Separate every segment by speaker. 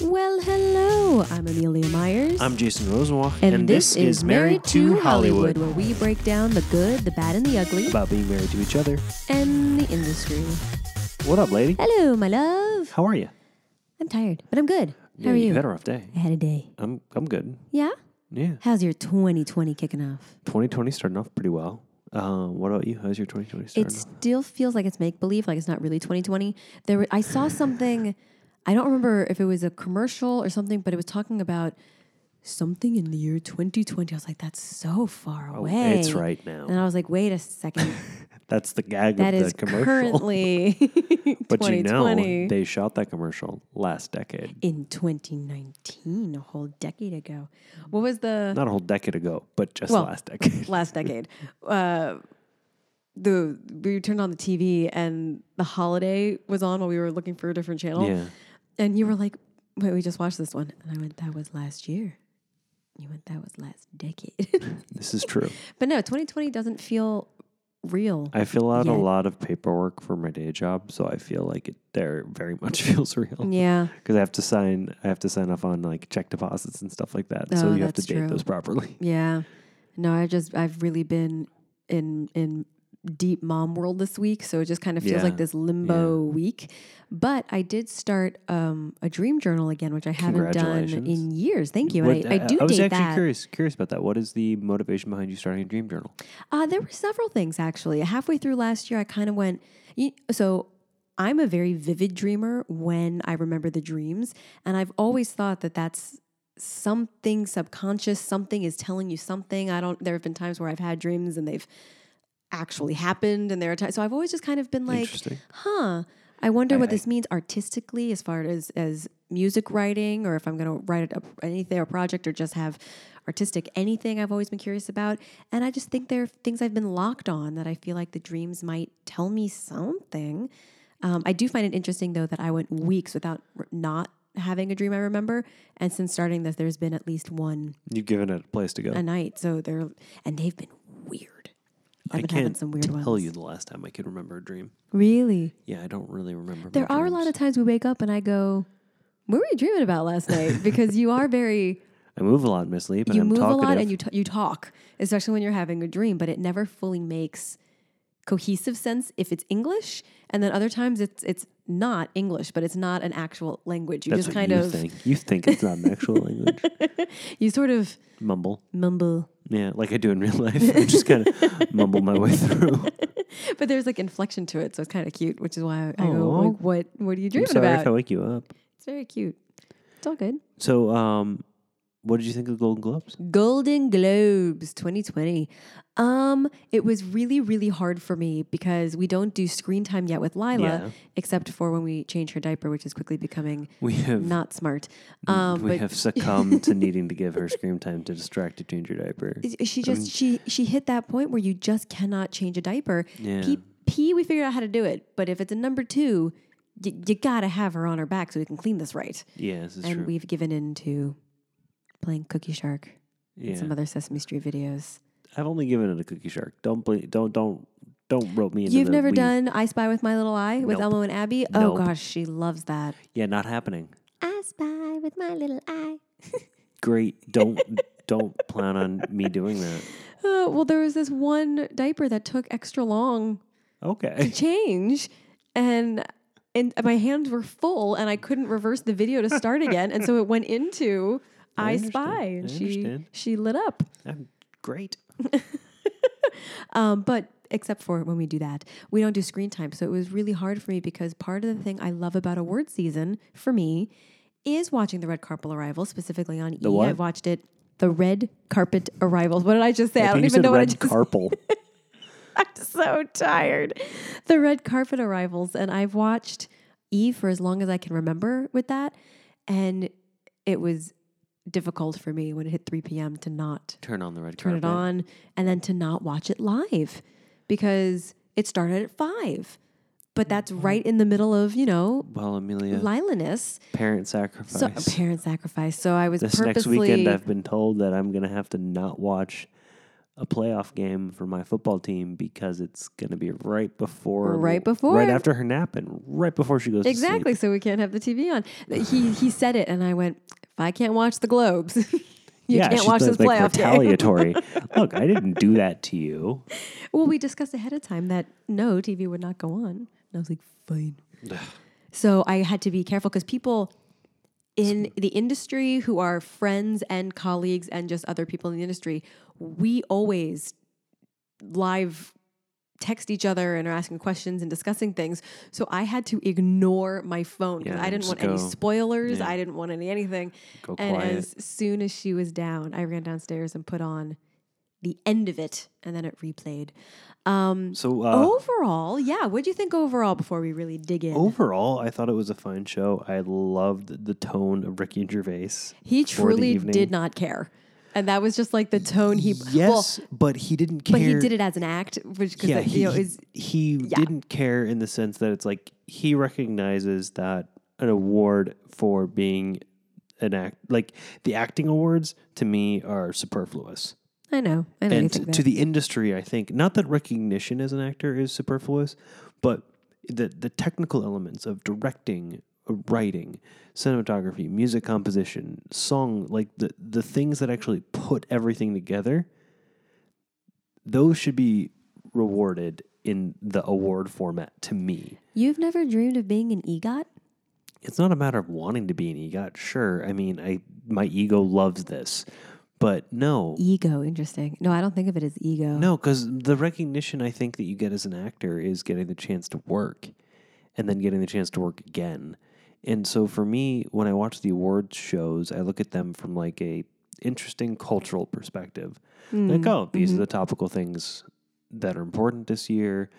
Speaker 1: Well, hello. I'm Amelia Myers.
Speaker 2: I'm Jason Rosenwald,
Speaker 1: and, this, is Married to Hollywood, where we break down the good, the bad, and the ugly,
Speaker 2: about being married to each other.
Speaker 1: and the industry.
Speaker 2: What up, lady?
Speaker 1: Hello, my love.
Speaker 2: How are you?
Speaker 1: I'm tired, but I'm good. How are you?
Speaker 2: You had a rough day.
Speaker 1: I had a day.
Speaker 2: I'm I'm good.
Speaker 1: Yeah?
Speaker 2: Yeah,
Speaker 1: How's your 2020 kicking off?
Speaker 2: 2020 starting off pretty well. Um, what about you? How's your 2020 starting
Speaker 1: It
Speaker 2: off?
Speaker 1: still feels like it's make believe, like it's not really 2020. There, were, I saw something. I don't remember if it was a commercial or something, but it was talking about something in the year 2020. I was like, that's so far away.
Speaker 2: Oh, it's right now.
Speaker 1: And I was like, wait a second,
Speaker 2: That's the gag
Speaker 1: Uh, that
Speaker 2: of the
Speaker 1: is
Speaker 2: commercial.
Speaker 1: currently
Speaker 2: but you know,
Speaker 1: 2020.
Speaker 2: they shot that commercial last decade,
Speaker 1: in 2019, a whole decade ago. What was the
Speaker 2: not a whole decade ago, but just
Speaker 1: Uh, Well,
Speaker 2: last decade.
Speaker 1: last decade. Uh, the we turned on the TV and the holiday was on while we were looking for a different channel.
Speaker 2: Yeah.
Speaker 1: And you were like, "Wait, we just watched this one." And I went, "That was last year." You went, "That was last decade."
Speaker 2: This is true.
Speaker 1: but no, 2020 doesn't feel real.
Speaker 2: I fill out
Speaker 1: Yeah.
Speaker 2: a lot of paperwork for my day job, so I feel like it there very much feels real.
Speaker 1: yeah,
Speaker 2: because I have to sign I have to sign off on like check deposits and stuff like that. so
Speaker 1: Oh,
Speaker 2: you have to
Speaker 1: that's
Speaker 2: date
Speaker 1: true.
Speaker 2: those properly.
Speaker 1: yeah. No, I just I've really been in in deep mom world this week, so it just kind of feels
Speaker 2: Yeah.
Speaker 1: like this limbo week. But I did start um, a dream journal again, which I haven't done
Speaker 2: Congratulations.
Speaker 1: in years. Thank you. And
Speaker 2: What-
Speaker 1: I, I do
Speaker 2: I was
Speaker 1: date
Speaker 2: actually
Speaker 1: that.
Speaker 2: curious curious about that. What is the motivation behind you starting a dream journal?
Speaker 1: Uh, there were several things actually. Halfway through last year, I kind of went. y- So I'm a very vivid dreamer when I remember the dreams, and I've always thought that that's something subconscious. Something is telling you something. I don't. There have been times where I've had dreams and they've actually happened, and there are times. So I've always just kind of been like,
Speaker 2: Interesting.
Speaker 1: huh. I wonder
Speaker 2: I-
Speaker 1: what
Speaker 2: I-
Speaker 1: this means artistically, as far as as music writing, or if I'm going to write a, anything, a project, or just have artistic anything. I've always been curious about, and I just think there are things I've been locked on that I feel like the dreams might tell me something. Um, I do find it interesting though that I went weeks without r- not having a dream I remember, and since starting this, there's been at least one
Speaker 2: You've given it a place to go.
Speaker 1: a night. So they're and they've been weird.
Speaker 2: I
Speaker 1: I've been having
Speaker 2: can't
Speaker 1: some weird
Speaker 2: tell
Speaker 1: ones.
Speaker 2: you the last time I could remember a dream.
Speaker 1: Really.
Speaker 2: Yeah, I don't really remember. my
Speaker 1: There are a lot
Speaker 2: dreams.
Speaker 1: of times we wake up and I go, "What were you dreaming about last night?" Because you are very
Speaker 2: I move a lot in my sleep, and
Speaker 1: you
Speaker 2: I'm
Speaker 1: move
Speaker 2: talkative.
Speaker 1: a lot and you t- you talk, especially when you're having a dream, but it never fully makes cohesive sense if it's English, and then other times it's it's not English, but it's not an actual language. You
Speaker 2: That's
Speaker 1: just
Speaker 2: what
Speaker 1: kind
Speaker 2: you
Speaker 1: of
Speaker 2: think. You think it's not an actual language.
Speaker 1: you sort of
Speaker 2: Mumble.
Speaker 1: mumble,
Speaker 2: Yeah, like I do in real life. I just kind of mumble my way through.
Speaker 1: but there's like inflection to it, so it's kind of cute, which is why I, I go,
Speaker 2: Aw.
Speaker 1: like, "What what are you
Speaker 2: I'm
Speaker 1: dreaming
Speaker 2: sorry if I
Speaker 1: about?"
Speaker 2: wake you up.
Speaker 1: It's very cute. It's all good.
Speaker 2: So, um, what did you think of the Golden Globes?
Speaker 1: Golden Globes 2020. Um, it was really, really hard for me because we don't do screen time yet with Lila,
Speaker 2: Yeah.
Speaker 1: except for when we change her diaper, which is quickly becoming
Speaker 2: We have
Speaker 1: not smart. Um,
Speaker 2: we
Speaker 1: but
Speaker 2: have succumbed to needing to give her scream time to distract to change your diaper.
Speaker 1: she just she she hit that point where you just cannot change a diaper.
Speaker 2: Yeah.
Speaker 1: Pee, pee, we figured out how to do it, but if it's a number two, y- you gotta have her on her back so we can clean this right.
Speaker 2: Yeah, this is
Speaker 1: and
Speaker 2: true.
Speaker 1: we've given in to playing Cookie Shark and
Speaker 2: yeah.
Speaker 1: some other Sesame Street videos.
Speaker 2: I've only given it a cookie shark. Don't bl- don't don't don't rope me into
Speaker 1: You've
Speaker 2: the
Speaker 1: never
Speaker 2: we-
Speaker 1: done I Spy with My Little Eye with
Speaker 2: Nope.
Speaker 1: Elmo and Abby? Oh
Speaker 2: Nope.
Speaker 1: gosh, she loves that.
Speaker 2: Yeah, not happening.
Speaker 1: I spy with my little eye.
Speaker 2: Great. Don't don't plan on me doing that.
Speaker 1: Uh, well, there was this one diaper that took extra long to
Speaker 2: Okay.
Speaker 1: change, and and my hands were full, and I couldn't reverse the video to start again, and so it went into I,
Speaker 2: understand.
Speaker 1: Spy,
Speaker 2: I
Speaker 1: and she
Speaker 2: understand.
Speaker 1: she lit up.
Speaker 2: I'm Uh, great.
Speaker 1: Um, but except for when we do that, we don't do screen time. So it was really hard for me because part of the thing I love about award season for me is watching the red carpet arrival, specifically on E.
Speaker 2: what?
Speaker 1: have watched it. The red carpet arrivals. What did I just say? I,
Speaker 2: I
Speaker 1: don't
Speaker 2: think
Speaker 1: even
Speaker 2: you said
Speaker 1: know what I
Speaker 2: red
Speaker 1: just
Speaker 2: carpel.
Speaker 1: I'm so tired. The red carpet arrivals, and I've watched E for as long as I can remember with that, and it was difficult for me when it hit 3 p.m. to not
Speaker 2: Turn on the red
Speaker 1: turn
Speaker 2: carpet.
Speaker 1: it on and then to not watch it live because it started at five but that's
Speaker 2: Mm-hmm.
Speaker 1: right in the middle of you know
Speaker 2: Well, Amelia,
Speaker 1: liliness
Speaker 2: parent
Speaker 1: so
Speaker 2: sacrifice.
Speaker 1: parent sacrifice so i was
Speaker 2: this next
Speaker 1: purposely
Speaker 2: weekend, I've been told that I'm gonna have to not watch a playoff game for my football team because it's going to be right before,
Speaker 1: Right
Speaker 2: right
Speaker 1: before.
Speaker 2: after her nap and right before she goes to sleep.
Speaker 1: Exactly. So we can't have the TV on. He he said it, and I went, if I can't watch the Globes, you
Speaker 2: yeah,
Speaker 1: can't
Speaker 2: she's
Speaker 1: watch
Speaker 2: like,
Speaker 1: this
Speaker 2: like
Speaker 1: playoff game.
Speaker 2: retaliatory. Look, I didn't do that to you.
Speaker 1: Well, we discussed ahead of time that no TV would not go on, and I was like, fine. so I had to be careful because people in the industry who are friends and colleagues and just other people in the industry, we always live text each other and are asking questions and discussing things. So I had to ignore my phone because
Speaker 2: Yeah,
Speaker 1: I didn't
Speaker 2: just
Speaker 1: want any
Speaker 2: go.
Speaker 1: spoilers.
Speaker 2: Yeah.
Speaker 1: I didn't want any anything.
Speaker 2: Go
Speaker 1: and
Speaker 2: quiet.
Speaker 1: as soon as she was down, I ran downstairs and put on the end of it and then it replayed. Um
Speaker 2: So uh,
Speaker 1: overall, yeah, what do you think overall before we really dig in?
Speaker 2: overall, I thought it was a fine show. I loved the tone of Ricky Gervais.
Speaker 1: he
Speaker 2: for the
Speaker 1: truly
Speaker 2: evening.
Speaker 1: did not care. And that was just like the tone he well,
Speaker 2: Yes, but he didn't care.
Speaker 1: but he did it as an act, which because
Speaker 2: Yeah,
Speaker 1: you
Speaker 2: he,
Speaker 1: know
Speaker 2: he-
Speaker 1: is
Speaker 2: he didn't care in the sense that it's like he recognizes that an award for being an act, like the acting awards, to me are superfluous.
Speaker 1: I know. I know you
Speaker 2: and
Speaker 1: think
Speaker 2: t-
Speaker 1: that.
Speaker 2: to the industry, I think not that recognition as an actor is superfluous, but the the technical elements of directing, uh, writing, cinematography, music composition, song, like the the things that actually put everything together, those should be rewarded in the award format to me.
Speaker 1: You've never dreamed of being an EGOT?
Speaker 2: It's not a matter of wanting to be an E EGOT, sure. I mean, I my ego loves this. But no,
Speaker 1: Ego, interesting. No, I don't think of it as ego.
Speaker 2: No, because the recognition I think that you get as an actor is getting the chance to work and then getting the chance to work again. And so for me, when I watch the awards shows, I look at them from like a interesting cultural perspective.
Speaker 1: Hmm,
Speaker 2: Like, oh, these
Speaker 1: mm-hmm.
Speaker 2: are the topical things that are important this year.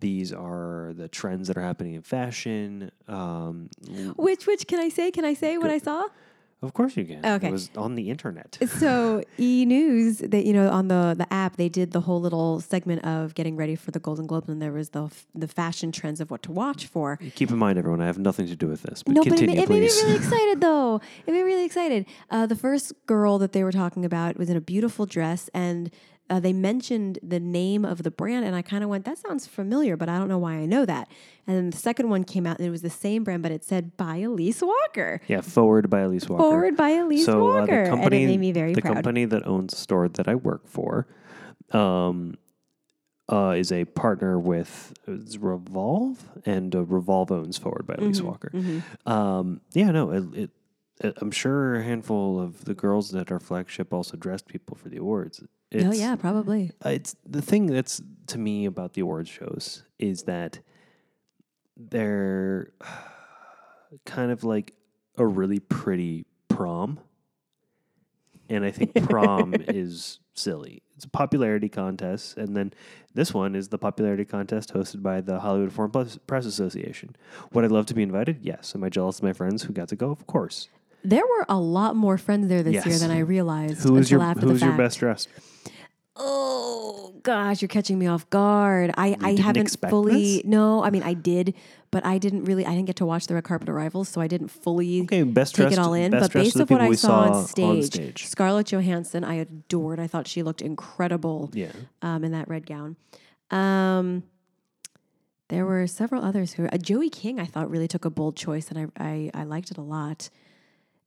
Speaker 2: These are the trends that are happening in fashion. Um,
Speaker 1: Which which can I say? Can I say what I saw?
Speaker 2: of course, you can.
Speaker 1: Okay.
Speaker 2: It was on the internet.
Speaker 1: So E News, that you know, on the the app, they did the whole little segment of getting ready for the Golden Globes, and there was the f- the fashion trends of what to watch for.
Speaker 2: Keep in mind, everyone, I have nothing to do with this. But
Speaker 1: No, but
Speaker 2: continue,
Speaker 1: it, ma- it made me
Speaker 2: please.
Speaker 1: really excited though. It made me really excited. Uh, the first girl that they were talking about was in a beautiful dress, and uh, they mentioned the name of the brand, and I kind of went, "That sounds familiar," but I don't know why I know that. And then the second one came out, and it was the same brand, but it said by Elise Walker.
Speaker 2: yeah, forward by Elise Walker.
Speaker 1: Forward by Elise
Speaker 2: so uh,
Speaker 1: Walker,
Speaker 2: the company,
Speaker 1: and it made me very
Speaker 2: the
Speaker 1: proud.
Speaker 2: company that owns the store that I work for, um, uh, is a partner with it's Revolve, and uh, Revolve owns Forward by Elise
Speaker 1: Mm-hmm,
Speaker 2: Walker. Um, yeah, no, it, it, it- I'm sure a handful of the girls that are flagship also dressed people for the awards. It's,
Speaker 1: oh yeah, probably.
Speaker 2: uh, it's the thing that's to me about the awards shows is that they're kind of like a really pretty prom. And I think prom is silly. It's a popularity contest. And then this one is the popularity contest hosted by the Hollywood Foreign Press- Press Association. Would I love to be invited? Yes. Am I jealous of my friends who got to go? Of course.
Speaker 1: There were a lot more friends there this year
Speaker 2: Yes.
Speaker 1: than I realized.
Speaker 2: Who is
Speaker 1: until
Speaker 2: your
Speaker 1: after
Speaker 2: who's
Speaker 1: the fact.
Speaker 2: your best dressed?
Speaker 1: Oh gosh, you're catching me off guard. I, I
Speaker 2: didn't
Speaker 1: haven't
Speaker 2: expect
Speaker 1: fully
Speaker 2: this?
Speaker 1: no, I mean I did, but I didn't really I didn't get to watch the red carpet arrivals, so I didn't fully
Speaker 2: Okay, best
Speaker 1: take
Speaker 2: dressed-
Speaker 1: it all in.
Speaker 2: best
Speaker 1: But
Speaker 2: dressed
Speaker 1: based
Speaker 2: are the
Speaker 1: off what
Speaker 2: people
Speaker 1: I
Speaker 2: we
Speaker 1: saw,
Speaker 2: saw
Speaker 1: on,
Speaker 2: on
Speaker 1: stage,
Speaker 2: stage.
Speaker 1: Scarlett Johansson, I adored. I thought she looked incredible
Speaker 2: Yeah.
Speaker 1: um, in that red gown. Um, there were several others who uh, Joey King I thought really took a bold choice and I I, I liked it a lot.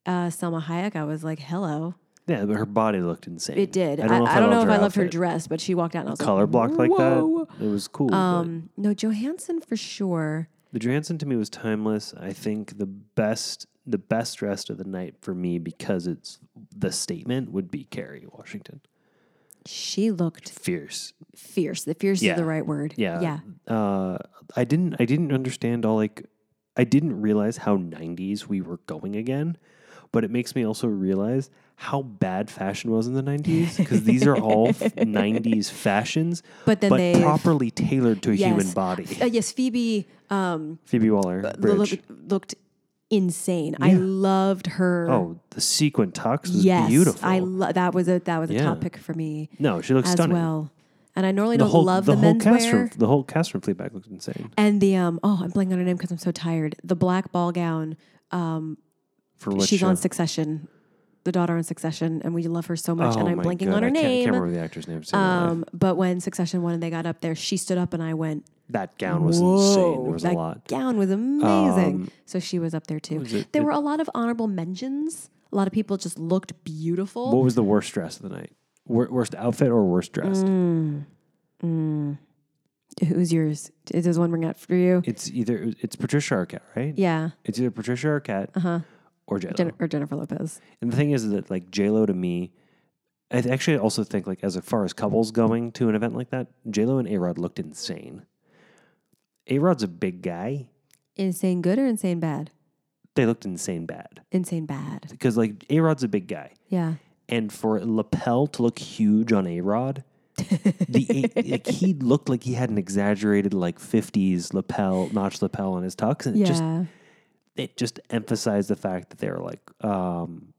Speaker 1: Uh, Selma Hayek, I was like, hello.
Speaker 2: Yeah, but her body looked insane.
Speaker 1: It did. I I
Speaker 2: know if I, loved her
Speaker 1: loved her
Speaker 2: outfit.
Speaker 1: dress, but she walked out and I was
Speaker 2: color
Speaker 1: like,
Speaker 2: blocked like
Speaker 1: "Whoa."
Speaker 2: that. It was cool. but
Speaker 1: Um, no, Johansson for sure.
Speaker 2: the Johansson to me was timeless. I think the best the best dressed of the night for me because it's the statement would be Carrie Washington.
Speaker 1: She looked
Speaker 2: Fierce.
Speaker 1: fierce. The fierce is
Speaker 2: Yeah.
Speaker 1: the right word.
Speaker 2: Yeah.
Speaker 1: Yeah.
Speaker 2: Uh, I didn't I didn't understand all like I didn't realize how 90s we were going again, but it makes me also realize how bad fashion was in the 90s because these are all f- 90s fashions
Speaker 1: But then
Speaker 2: but
Speaker 1: they
Speaker 2: properly tailored to a human
Speaker 1: Yes.
Speaker 2: body.
Speaker 1: Uh, yes, Phoebe um
Speaker 2: Phoebe Waller
Speaker 1: lo-
Speaker 2: Bridge.
Speaker 1: looked- looked insane. I loved her.
Speaker 2: Oh, the sequin tux was
Speaker 1: yes.
Speaker 2: beautiful.
Speaker 1: I lo- that was a that was a
Speaker 2: Yeah.
Speaker 1: top pick for me
Speaker 2: no, she looks
Speaker 1: as
Speaker 2: stunning.
Speaker 1: well. And I normally
Speaker 2: The
Speaker 1: don't
Speaker 2: whole
Speaker 1: love
Speaker 2: the,
Speaker 1: the,
Speaker 2: whole cast from
Speaker 1: menswear.
Speaker 2: the whole cast from Fleabag looks insane.
Speaker 1: And the um oh I'm blanking on her name because I'm so tired. The black ball gown. Um,
Speaker 2: For which
Speaker 1: she's on
Speaker 2: show?
Speaker 1: Succession. the daughter on Succession, and we love her so much.
Speaker 2: Oh
Speaker 1: and I'm
Speaker 2: my
Speaker 1: blanking on
Speaker 2: God,
Speaker 1: her
Speaker 2: I can't, I
Speaker 1: name.
Speaker 2: can't remember the actor's name. Saving my life.
Speaker 1: Um, but when Succession won and they got up there, she stood up and I went,
Speaker 2: that gown was
Speaker 1: Whoa,
Speaker 2: insane. There was
Speaker 1: that
Speaker 2: a lot.
Speaker 1: gown was amazing.
Speaker 2: Um,
Speaker 1: so she was up there too.
Speaker 2: was it-
Speaker 1: there
Speaker 2: it-
Speaker 1: were a lot of honorable mentions. A lot of people just looked beautiful.
Speaker 2: What was the worst dress of the night? Wor- worst outfit or worst dressed?
Speaker 1: Mm. Mm. Who's yours? Is this one ring out for you?
Speaker 2: It's either it's Patricia Arquette, right?
Speaker 1: Yeah.
Speaker 2: It's either Patricia Arquette
Speaker 1: Uh-huh.
Speaker 2: or J Lo.
Speaker 1: Jen- or Jennifer Lopez.
Speaker 2: and the thing is that like J Lo to me, I th- actually also think like as far as couples going to an event like that, J Lo and A Rod looked insane. A Rod's a big guy.
Speaker 1: Insane good or insane bad?
Speaker 2: They looked insane bad
Speaker 1: Insane bad.
Speaker 2: because like A Rod's a big guy,
Speaker 1: Yeah.
Speaker 2: and for lapel to look huge on A Rod. the like he looked like he had an exaggerated like 50s lapel notch lapel on his tux and it
Speaker 1: yeah.
Speaker 2: just it just emphasized the fact that they were like, um,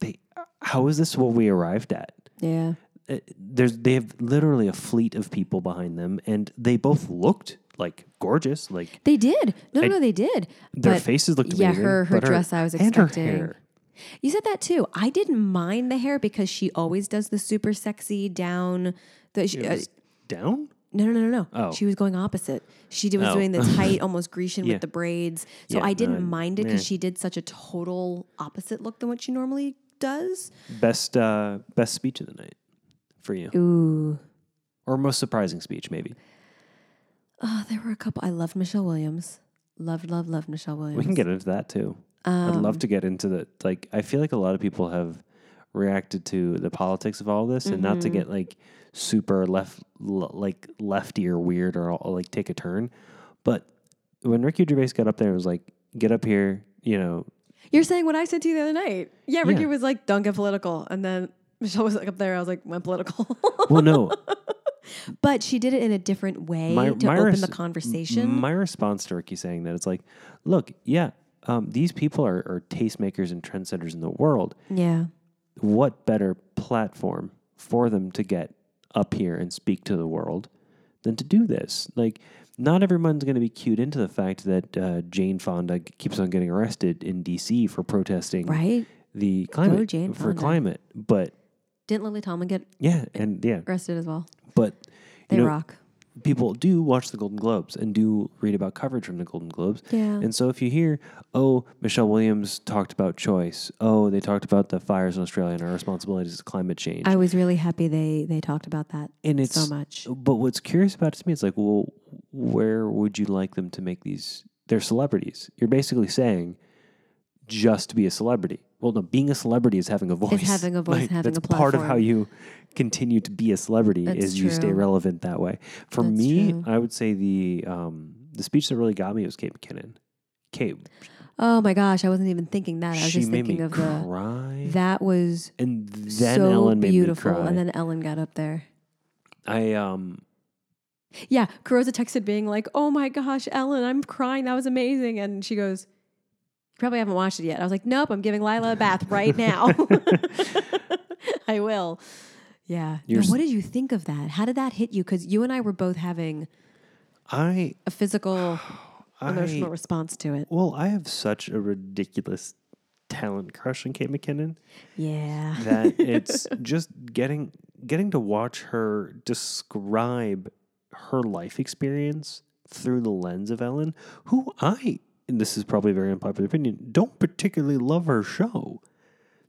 Speaker 2: they, how is this what we arrived at?
Speaker 1: yeah.
Speaker 2: It- There's they have literally a fleet of people behind them, and they both looked like gorgeous. Like
Speaker 1: They did. No, no,
Speaker 2: I-
Speaker 1: no, they did.
Speaker 2: their
Speaker 1: But
Speaker 2: faces looked
Speaker 1: yeah,
Speaker 2: amazing.
Speaker 1: her- her
Speaker 2: but
Speaker 1: dress I was
Speaker 2: and
Speaker 1: expecting.
Speaker 2: her hair.
Speaker 1: You said that too. I didn't mind the hair because she always does the super sexy down. The she,
Speaker 2: It
Speaker 1: uh,
Speaker 2: was down.
Speaker 1: no, no, no, no, no.
Speaker 2: Oh.
Speaker 1: She was going opposite. She did, was
Speaker 2: Oh.
Speaker 1: doing the tight, almost Grecian
Speaker 2: Yeah.
Speaker 1: with the braids. So
Speaker 2: Yeah,
Speaker 1: I
Speaker 2: no,
Speaker 1: didn't
Speaker 2: I-
Speaker 1: mind it
Speaker 2: meh.
Speaker 1: because she did such a total opposite look than what she normally does.
Speaker 2: Best uh, best speech of the night for you,
Speaker 1: Ooh.
Speaker 2: or most surprising speech maybe.
Speaker 1: Oh, there were a couple. I loved Michelle Williams. Loved, loved, loved Michelle Williams.
Speaker 2: We can get into that too. I'd love to get into the like. I feel like a lot of people have reacted to the politics of all this, and not to get like super left, l- like lefty or weird or, all like take a turn. But when Ricky Gervais got up there, it was like, "Get up here," you know.
Speaker 1: You're saying what I said to you the other night. Yeah, Ricky
Speaker 2: Yeah.
Speaker 1: was like, don't get political. And then Michelle was like up there. I was like, went political.
Speaker 2: Well, no,
Speaker 1: but she did it in a different way
Speaker 2: My-
Speaker 1: to
Speaker 2: my
Speaker 1: open
Speaker 2: res-
Speaker 1: the conversation.
Speaker 2: My response to Ricky saying that it's like, look, yeah, um, these people are, are tastemakers and trendsetters in the world.
Speaker 1: yeah.
Speaker 2: what better platform for them to get up here and speak to the world than to do this? Like, not everyone's going to be cued into the fact that uh, Jane Fonda g- keeps on getting arrested in D.C. for protesting
Speaker 1: Right?
Speaker 2: the climate
Speaker 1: Jane
Speaker 2: for
Speaker 1: Fonda.
Speaker 2: climate. But
Speaker 1: Didn't Lily Tomlin get
Speaker 2: yeah, and yeah,
Speaker 1: arrested as well?
Speaker 2: but
Speaker 1: They
Speaker 2: you know,
Speaker 1: rock.
Speaker 2: people do watch the Golden Globes and do read about coverage from the Golden Globes.
Speaker 1: Yeah.
Speaker 2: And so if you hear, oh, Michelle Williams talked about choice. Oh, they talked about the fires in Australia and our responsibilities to climate change.
Speaker 1: I was really happy they they talked about that
Speaker 2: and it's
Speaker 1: so much.
Speaker 2: But what's curious about it to me is like, well, where would you like them to make these? They're celebrities. You're basically saying just be a celebrity. Well, no, being a celebrity is having a voice.
Speaker 1: having a voice, having
Speaker 2: that's
Speaker 1: a
Speaker 2: part of how
Speaker 1: platform.
Speaker 2: you continue to be a celebrity
Speaker 1: That's
Speaker 2: is you stay
Speaker 1: true.
Speaker 2: relevant that way. For
Speaker 1: That's
Speaker 2: me,
Speaker 1: true.
Speaker 2: I would say the um, the speech that really got me was Kate McKinnon. Kate,
Speaker 1: Oh my gosh, I wasn't even thinking that. I was
Speaker 2: she
Speaker 1: just
Speaker 2: made me
Speaker 1: thinking of the
Speaker 2: cry,
Speaker 1: that was
Speaker 2: and then
Speaker 1: so
Speaker 2: Ellen made
Speaker 1: beautiful.
Speaker 2: me cry.
Speaker 1: And then Ellen got up there.
Speaker 2: I um,
Speaker 1: Yeah, Carozza texted being like, "Oh my gosh, Ellen, I'm crying. That was amazing." And she goes, "You probably haven't watched it yet." I was like, "Nope, I'm giving Lila a bath right now. I will." Yeah.
Speaker 2: You're
Speaker 1: Now,
Speaker 2: s-
Speaker 1: what did you think of that? How did that hit you? Because you and I were both having
Speaker 2: I
Speaker 1: a physical,
Speaker 2: I
Speaker 1: emotional response to it.
Speaker 2: Well, I have such a ridiculous talent crush on Kate McKinnon
Speaker 1: Yeah.
Speaker 2: that it's just getting getting to watch her describe her life experience through the lens of Ellen, who I and this is probably a very unpopular opinion, don't particularly love her show.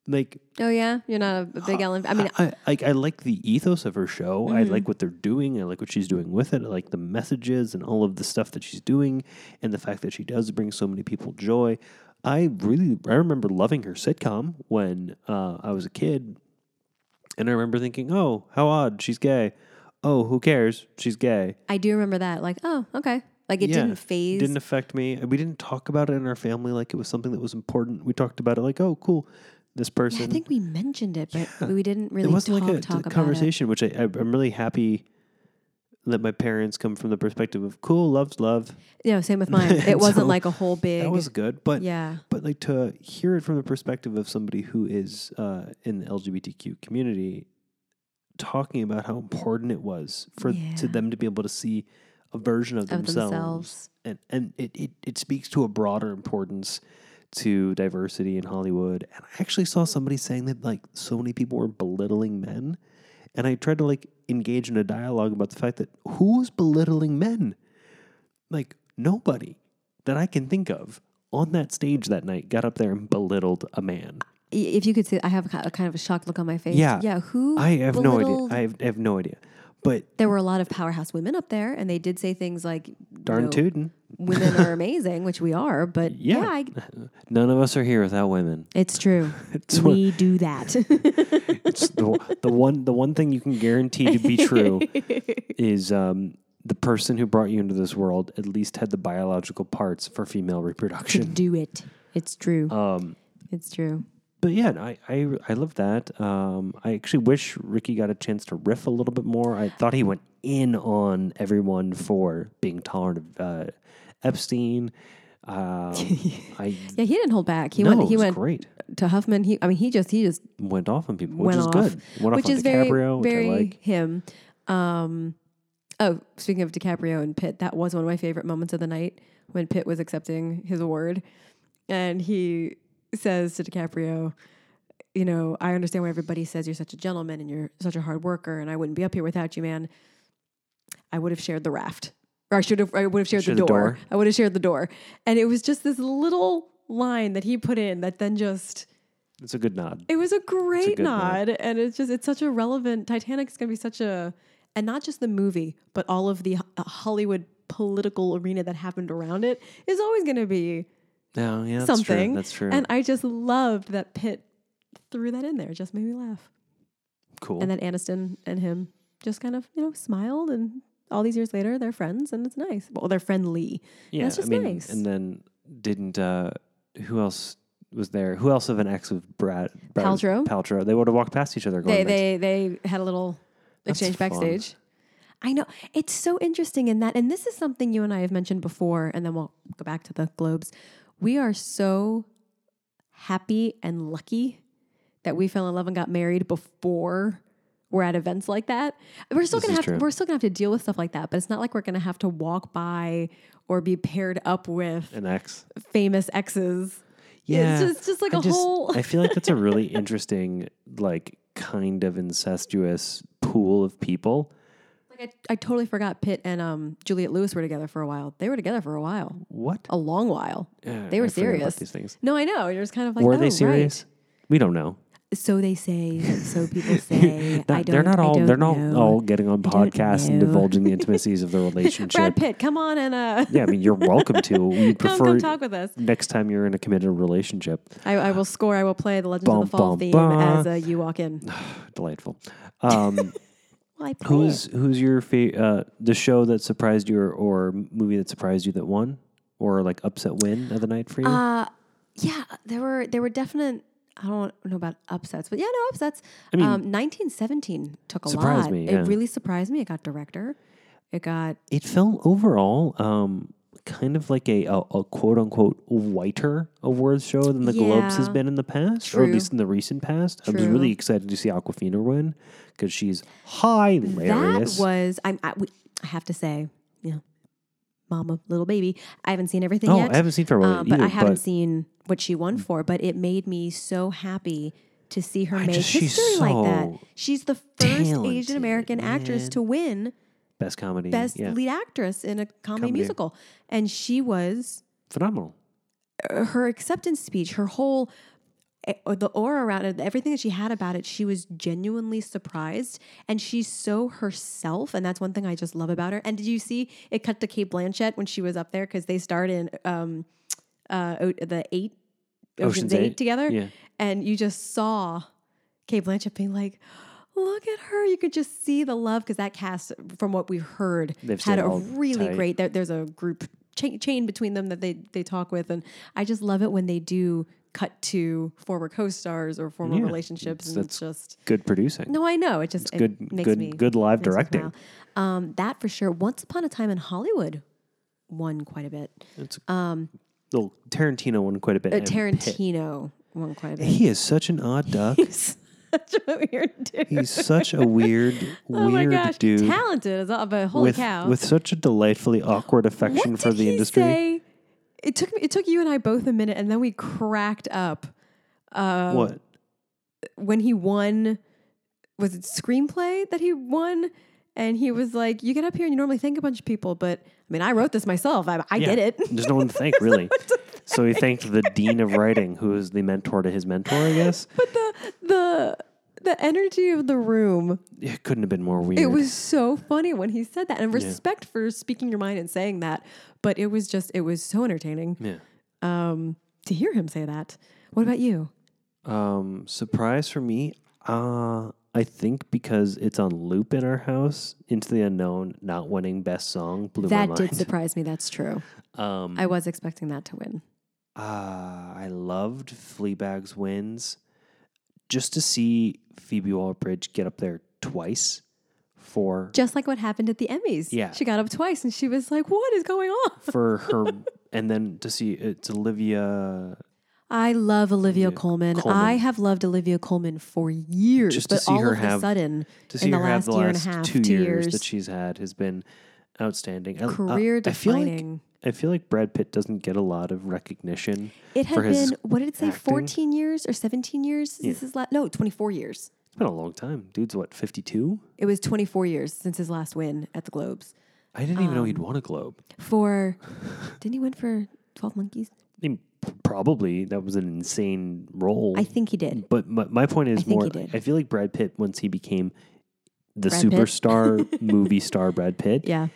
Speaker 2: Like
Speaker 1: oh yeah, you're not a big Ellen. I mean, Mm-hmm.
Speaker 2: I, I, I like the ethos of her show. I like what they're doing. I like what she's doing with it. I like the messages and all of the stuff that she's doing, and the fact that she does bring so many people joy. I really I remember loving her sitcom when uh, I was a kid, and I remember thinking, "Oh, how odd! She's gay. Oh, who cares? She's gay."
Speaker 1: I do remember that. Like, oh, okay. Like it
Speaker 2: Yeah,
Speaker 1: didn't phase.
Speaker 2: Didn't affect me. We didn't talk about it in our family like it was something that was important. We talked about it like, "Oh, cool." This person.
Speaker 1: I think we mentioned it, but we didn't really
Speaker 2: it wasn't
Speaker 1: talk,
Speaker 2: like a
Speaker 1: talk about it.
Speaker 2: conversation, which I, I, I'm really happy that my parents come from the perspective of cool, loves love.
Speaker 1: Yeah, same with mine. It
Speaker 2: And
Speaker 1: wasn't
Speaker 2: so
Speaker 1: like a whole big.
Speaker 2: That was good, but
Speaker 1: Yeah.
Speaker 2: but like to hear it from the perspective of somebody who is uh, in the LGBTQ community, talking about how important it was for
Speaker 1: Yeah.
Speaker 2: to them to be able to see a version of,
Speaker 1: Of
Speaker 2: themselves,
Speaker 1: themselves.
Speaker 2: and and it, it it speaks to a broader importance to diversity in Hollywood. And I actually saw somebody saying that like so many people were belittling men. And I tried to like engage in a dialogue about the fact that who's belittling men? Like nobody that I can think of on that stage that night got up there and belittled a man.
Speaker 1: I- If you could see, I have a ki- a kind of a shocked look on my face.
Speaker 2: Yeah.
Speaker 1: Yeah. Who?
Speaker 2: I have no
Speaker 1: belittled-
Speaker 2: idea. I have, I have no idea. But
Speaker 1: there were a lot of powerhouse women up there, and they did say things like, you
Speaker 2: darn
Speaker 1: know,
Speaker 2: tootin'.
Speaker 1: women are amazing, which we are, but yeah,
Speaker 2: Yeah.
Speaker 1: I,
Speaker 2: None of us are here without women.
Speaker 1: it's true.
Speaker 2: It's one-
Speaker 1: we do that.
Speaker 2: It's the, the one the one thing you can guarantee to be true is um, the person who brought you into this world at least had the biological parts for female reproduction.
Speaker 1: do it. It's true.
Speaker 2: Um,
Speaker 1: it's true.
Speaker 2: but yeah, no, I, I I love that. Um, I actually wish Ricky got a chance to riff a little bit more. I thought he went in on everyone for being tolerant of uh, Epstein. Um, I
Speaker 1: Yeah, he didn't hold back. He
Speaker 2: no,
Speaker 1: went.
Speaker 2: it
Speaker 1: He went
Speaker 2: was great.
Speaker 1: to Huffman. He, I mean, he just, he just
Speaker 2: Went off on people, which
Speaker 1: went
Speaker 2: is
Speaker 1: off,
Speaker 2: good. Went
Speaker 1: which
Speaker 2: off on
Speaker 1: is very,
Speaker 2: DiCaprio,
Speaker 1: very
Speaker 2: which I like.
Speaker 1: him. Um, oh, speaking of DiCaprio and Pitt, that was one of my favorite moments of the night when Pitt was accepting his award, and he says to DiCaprio, "You know, I understand why everybody says you're such a gentleman and you're such a hard worker, and I wouldn't be up here without you, man. I would have shared the raft, or I should have. I would have shared
Speaker 2: Shared
Speaker 1: the
Speaker 2: the
Speaker 1: door.
Speaker 2: door.
Speaker 1: I would have shared the door." And it was just this little line that he put in that then just
Speaker 2: It's a good nod.
Speaker 1: it was a great
Speaker 2: good
Speaker 1: nod,
Speaker 2: nod.
Speaker 1: and it's just it's such a relevant. Titanic's going to be such a, and not just the movie, but all of the uh, Hollywood political arena that happened around it is always going to be
Speaker 2: No, yeah, that's
Speaker 1: something.
Speaker 2: True. That's true.
Speaker 1: And I just loved that Pitt threw that in there. It just made me laugh,
Speaker 2: cool.
Speaker 1: and that Aniston and him just kind of you know smiled, and all these years later they're friends, and it's nice. Well, they're friendly.
Speaker 2: yeah,
Speaker 1: that's just
Speaker 2: I mean,
Speaker 1: nice.
Speaker 2: and then didn't uh who else was there? Who else of an ex of Brad, Brad
Speaker 1: Paltrow?
Speaker 2: Paltrow. They would have walked past each other. Going
Speaker 1: they
Speaker 2: next.
Speaker 1: they they had a little
Speaker 2: That's
Speaker 1: exchange
Speaker 2: fun.
Speaker 1: backstage. I know it's so interesting in that, and this is something you and I have mentioned before, and then we'll go back to the Globes. We are so happy and lucky that we fell in love and got married before we're at events like that. We're still
Speaker 2: This
Speaker 1: gonna
Speaker 2: is
Speaker 1: have to,
Speaker 2: true.
Speaker 1: we're still gonna have to deal with stuff like that, but it's not like we're gonna have to walk by or be paired up with
Speaker 2: an ex.
Speaker 1: famous exes.
Speaker 2: Yeah,
Speaker 1: just- it's just like
Speaker 2: I
Speaker 1: a whole-
Speaker 2: I feel like that's a really interesting, like, kind of incestuous pool of people.
Speaker 1: Like I, I totally forgot Pitt and um, Juliet Lewis were together for a while. They were together for a while.
Speaker 2: What?
Speaker 1: a long while.
Speaker 2: Yeah,
Speaker 1: Oh, they were
Speaker 2: I forget about
Speaker 1: serious.
Speaker 2: These things.
Speaker 1: No, I know. You're just kind of like,
Speaker 2: Were
Speaker 1: oh,
Speaker 2: they serious? We don't know.
Speaker 1: Right. So they say. So people say. I
Speaker 2: Not-
Speaker 1: don't.
Speaker 2: they're not
Speaker 1: I
Speaker 2: all.
Speaker 1: don't
Speaker 2: They're not
Speaker 1: know.
Speaker 2: all getting on
Speaker 1: don't
Speaker 2: podcasts and
Speaker 1: know.
Speaker 2: divulging the intimacies of the relationship.
Speaker 1: Brad Pitt, come on and uh,
Speaker 2: Yeah, I mean, you're welcome to. We
Speaker 1: come
Speaker 2: prefer
Speaker 1: come talk with us.
Speaker 2: next time you're in a committed relationship.
Speaker 1: I, I will score. I will play the Legends of
Speaker 2: Bum,
Speaker 1: the Fall
Speaker 2: bum,
Speaker 1: theme
Speaker 2: bum.
Speaker 1: as uh, you walk in.
Speaker 2: Delightful. Um,
Speaker 1: Well, I play
Speaker 2: who's who's your fa- uh, the show that surprised you or, or movie that surprised you that won or like upset win of the night for you?
Speaker 1: Uh, yeah, there were there were definite. I don't know about upsets, but yeah, no upsets. um, 1917 took a
Speaker 2: surprised
Speaker 1: lot.
Speaker 2: me,
Speaker 1: It
Speaker 2: yeah.
Speaker 1: really surprised me. It got director. It got
Speaker 2: it felt overall um, kind of like a, a, a quote unquote whiter awards show than the Globes has
Speaker 1: Yeah.
Speaker 2: been in the past, or
Speaker 1: True.
Speaker 2: at least in the recent past. I was
Speaker 1: True.
Speaker 2: really excited to see Aquafina win because she's hilarious.
Speaker 1: That was I'm. I, we, I have to say, yeah, mama, little baby. I haven't seen everything
Speaker 2: oh,
Speaker 1: yet,
Speaker 2: I haven't seen her win
Speaker 1: um,
Speaker 2: either,
Speaker 1: but I haven't seen what she won for. But it made me so happy to see her make
Speaker 2: just- she's
Speaker 1: history like that.
Speaker 2: so
Speaker 1: She's the first
Speaker 2: talented,
Speaker 1: Asian American actress
Speaker 2: man.
Speaker 1: to win
Speaker 2: best comedy,
Speaker 1: Best
Speaker 2: yeah,
Speaker 1: Lead Actress in a comedy,
Speaker 2: Comedy.
Speaker 1: musical, and she was
Speaker 2: phenomenal.
Speaker 1: uh, her acceptance speech, her whole. eh, uh, The aura around it, everything that she had about it, she was genuinely surprised, and she's so herself, and that's one thing I just love about her. And did you see it cut to Kate Blanchett when she was up there because they starred in um, uh, O- the eight Ocean's,
Speaker 2: Ocean's
Speaker 1: eight,
Speaker 2: Eight,
Speaker 1: together,
Speaker 2: yeah.
Speaker 1: and you just saw Kate Blanchett being like, "Look at her!" You could just see the love because that cast, from what we've heard,
Speaker 2: They've
Speaker 1: had
Speaker 2: stayed
Speaker 1: a
Speaker 2: all
Speaker 1: really
Speaker 2: tight.
Speaker 1: great. There, there's a group chain, chain between them that they they talk with, and I just love it when they do cut to former co-stars or former
Speaker 2: Yeah,
Speaker 1: relationships, and it's just
Speaker 2: Good producing.
Speaker 1: no, I know it just it
Speaker 2: good,
Speaker 1: makes
Speaker 2: good,
Speaker 1: me
Speaker 2: good live
Speaker 1: makes me
Speaker 2: directing.
Speaker 1: smile. Um, that for sure. Once upon a time in Hollywood, won quite a bit.
Speaker 2: It's um, little Tarantino won quite a bit.
Speaker 1: Uh,
Speaker 2: and Pitt.
Speaker 1: Tarantino won quite a bit.
Speaker 2: He is such an odd duck.
Speaker 1: Such a weird dude.
Speaker 2: He's such a weird,
Speaker 1: oh my
Speaker 2: weird
Speaker 1: gosh,
Speaker 2: dude.
Speaker 1: talented as all, but holy
Speaker 2: with
Speaker 1: cow!
Speaker 2: with such a delightfully awkward affection
Speaker 1: what
Speaker 2: for
Speaker 1: did
Speaker 2: the
Speaker 1: he
Speaker 2: industry.
Speaker 1: say? It took me, it took you and I both a minute, and then we cracked up um,
Speaker 2: what?
Speaker 1: when he won. Was it screenplay that he won? And he was like, "You get up here and you normally thank a bunch of people, but I mean, I wrote this myself. I, I
Speaker 2: Yeah.
Speaker 1: did it."
Speaker 2: There's no one to thank, really. so he thanked the dean of writing, who is the mentor to his mentor, I guess.
Speaker 1: but the the the energy of the room
Speaker 2: It couldn't have been more weird.
Speaker 1: it was so funny when he said that and respect for speaking your mind and saying that but it was just it was so entertaining
Speaker 2: yeah.
Speaker 1: um to hear him say that what about you
Speaker 2: Um, surprise for me. Uh, I think because it's on loop in our house, Into the Unknown not winning best song blew
Speaker 1: that
Speaker 2: my
Speaker 1: did
Speaker 2: mind.
Speaker 1: surprise me that's true
Speaker 2: um,
Speaker 1: i was expecting that to win
Speaker 2: Uh, I loved Fleabag's wins. Just to see Phoebe Waller-Bridge get up there twice for
Speaker 1: just like what happened at the emmys
Speaker 2: Yeah.
Speaker 1: she got up twice and she was like what is going on
Speaker 2: for her, and then to see it's Olivia.
Speaker 1: i love olivia coleman.
Speaker 2: Colman.
Speaker 1: i have loved olivia coleman for years
Speaker 2: Just to
Speaker 1: but
Speaker 2: see
Speaker 1: all
Speaker 2: her
Speaker 1: of
Speaker 2: have-
Speaker 1: a sudden
Speaker 2: To see
Speaker 1: in the
Speaker 2: her
Speaker 1: last
Speaker 2: have the
Speaker 1: year and
Speaker 2: last
Speaker 1: a half
Speaker 2: two,
Speaker 1: two
Speaker 2: years,
Speaker 1: years.
Speaker 2: that she's had has been outstanding. I- I-
Speaker 1: career
Speaker 2: I feel like
Speaker 1: defining
Speaker 2: I feel like Brad Pitt doesn't get a lot of recognition.
Speaker 1: It had
Speaker 2: for his
Speaker 1: been what did it say?
Speaker 2: acting.
Speaker 1: Fourteen years or seventeen years since his last? No, twenty-four years.
Speaker 2: It's been a long time. Dude's what fifty two.
Speaker 1: It was twenty-four years since his last win at the Globes.
Speaker 2: I didn't even know
Speaker 1: Um,
Speaker 2: he'd won a Globe.
Speaker 1: For didn't he win for Twelve Monkeys?
Speaker 2: I mean, probably that was an insane role.
Speaker 1: I think he did.
Speaker 2: But my, my point is
Speaker 1: think
Speaker 2: more.
Speaker 1: he did.
Speaker 2: I feel like Brad Pitt once he became the
Speaker 1: Brad Pitt?
Speaker 2: superstar movie star Brad Pitt.
Speaker 1: Yeah,